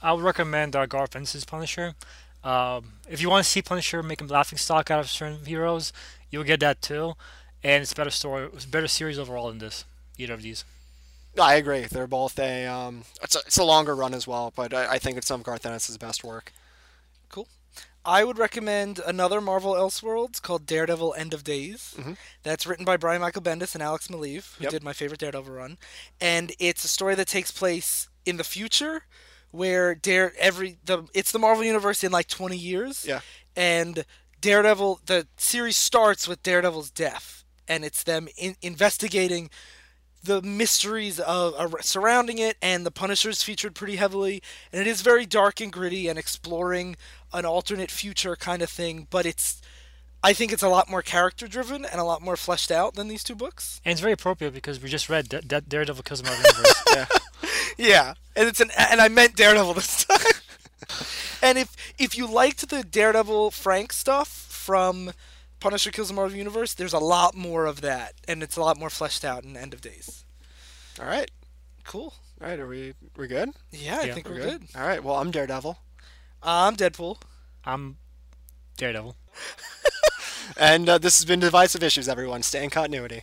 I would recommend uh, Gar Fence's Punisher. Um, if you want to see Punisher make a laughing stock out of certain heroes, you'll get that too. And it's a better story, it's a better series overall than this. E Either of these.
I agree. They're both a. Um, it's a it's a longer run as well, but I, I think it's some of Garth Ennis' best work.
Cool. I would recommend another Marvel Elseworlds called Daredevil End of Days. That's written by Brian Michael Bendis and Alex Maleev, who
Mm-hmm. Yep.
did my favorite Daredevil run. And it's a story that takes place in the future where Dare every the it's the Marvel universe in like 20 years.
Yeah.
And Daredevil the series starts with Daredevil's death and it's them in, investigating the mysteries of ar- surrounding it, and the Punisher's featured pretty heavily. And it is very dark and gritty and exploring an alternate future kind of thing. But it's, I think it's a lot more character driven and a lot more fleshed out than these two books.
And it's very appropriate because we just read that, that Daredevil kills the Marvel Universe.
Yeah, and it's an and I meant Daredevil this time. and if if you liked the Daredevil Frank stuff from Punisher Kills the Marvel Universe, there's a lot more of that, and it's a lot more fleshed out in End of Days.
All right,
Cool.
all right. Are we we good?
Yeah, I
Yeah,
think
We're
we're good.
All right. Well, I'm Daredevil,
I'm Deadpool.
I'm Daredevil.
and uh, this has been Divisive Issues. Everyone, stay in continuity.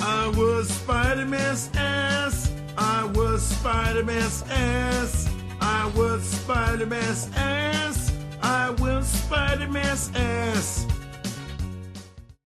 I was Spider Man's ass. I was Spider Man's ass. I was Spider Man's ass. I was Spider Man's ass.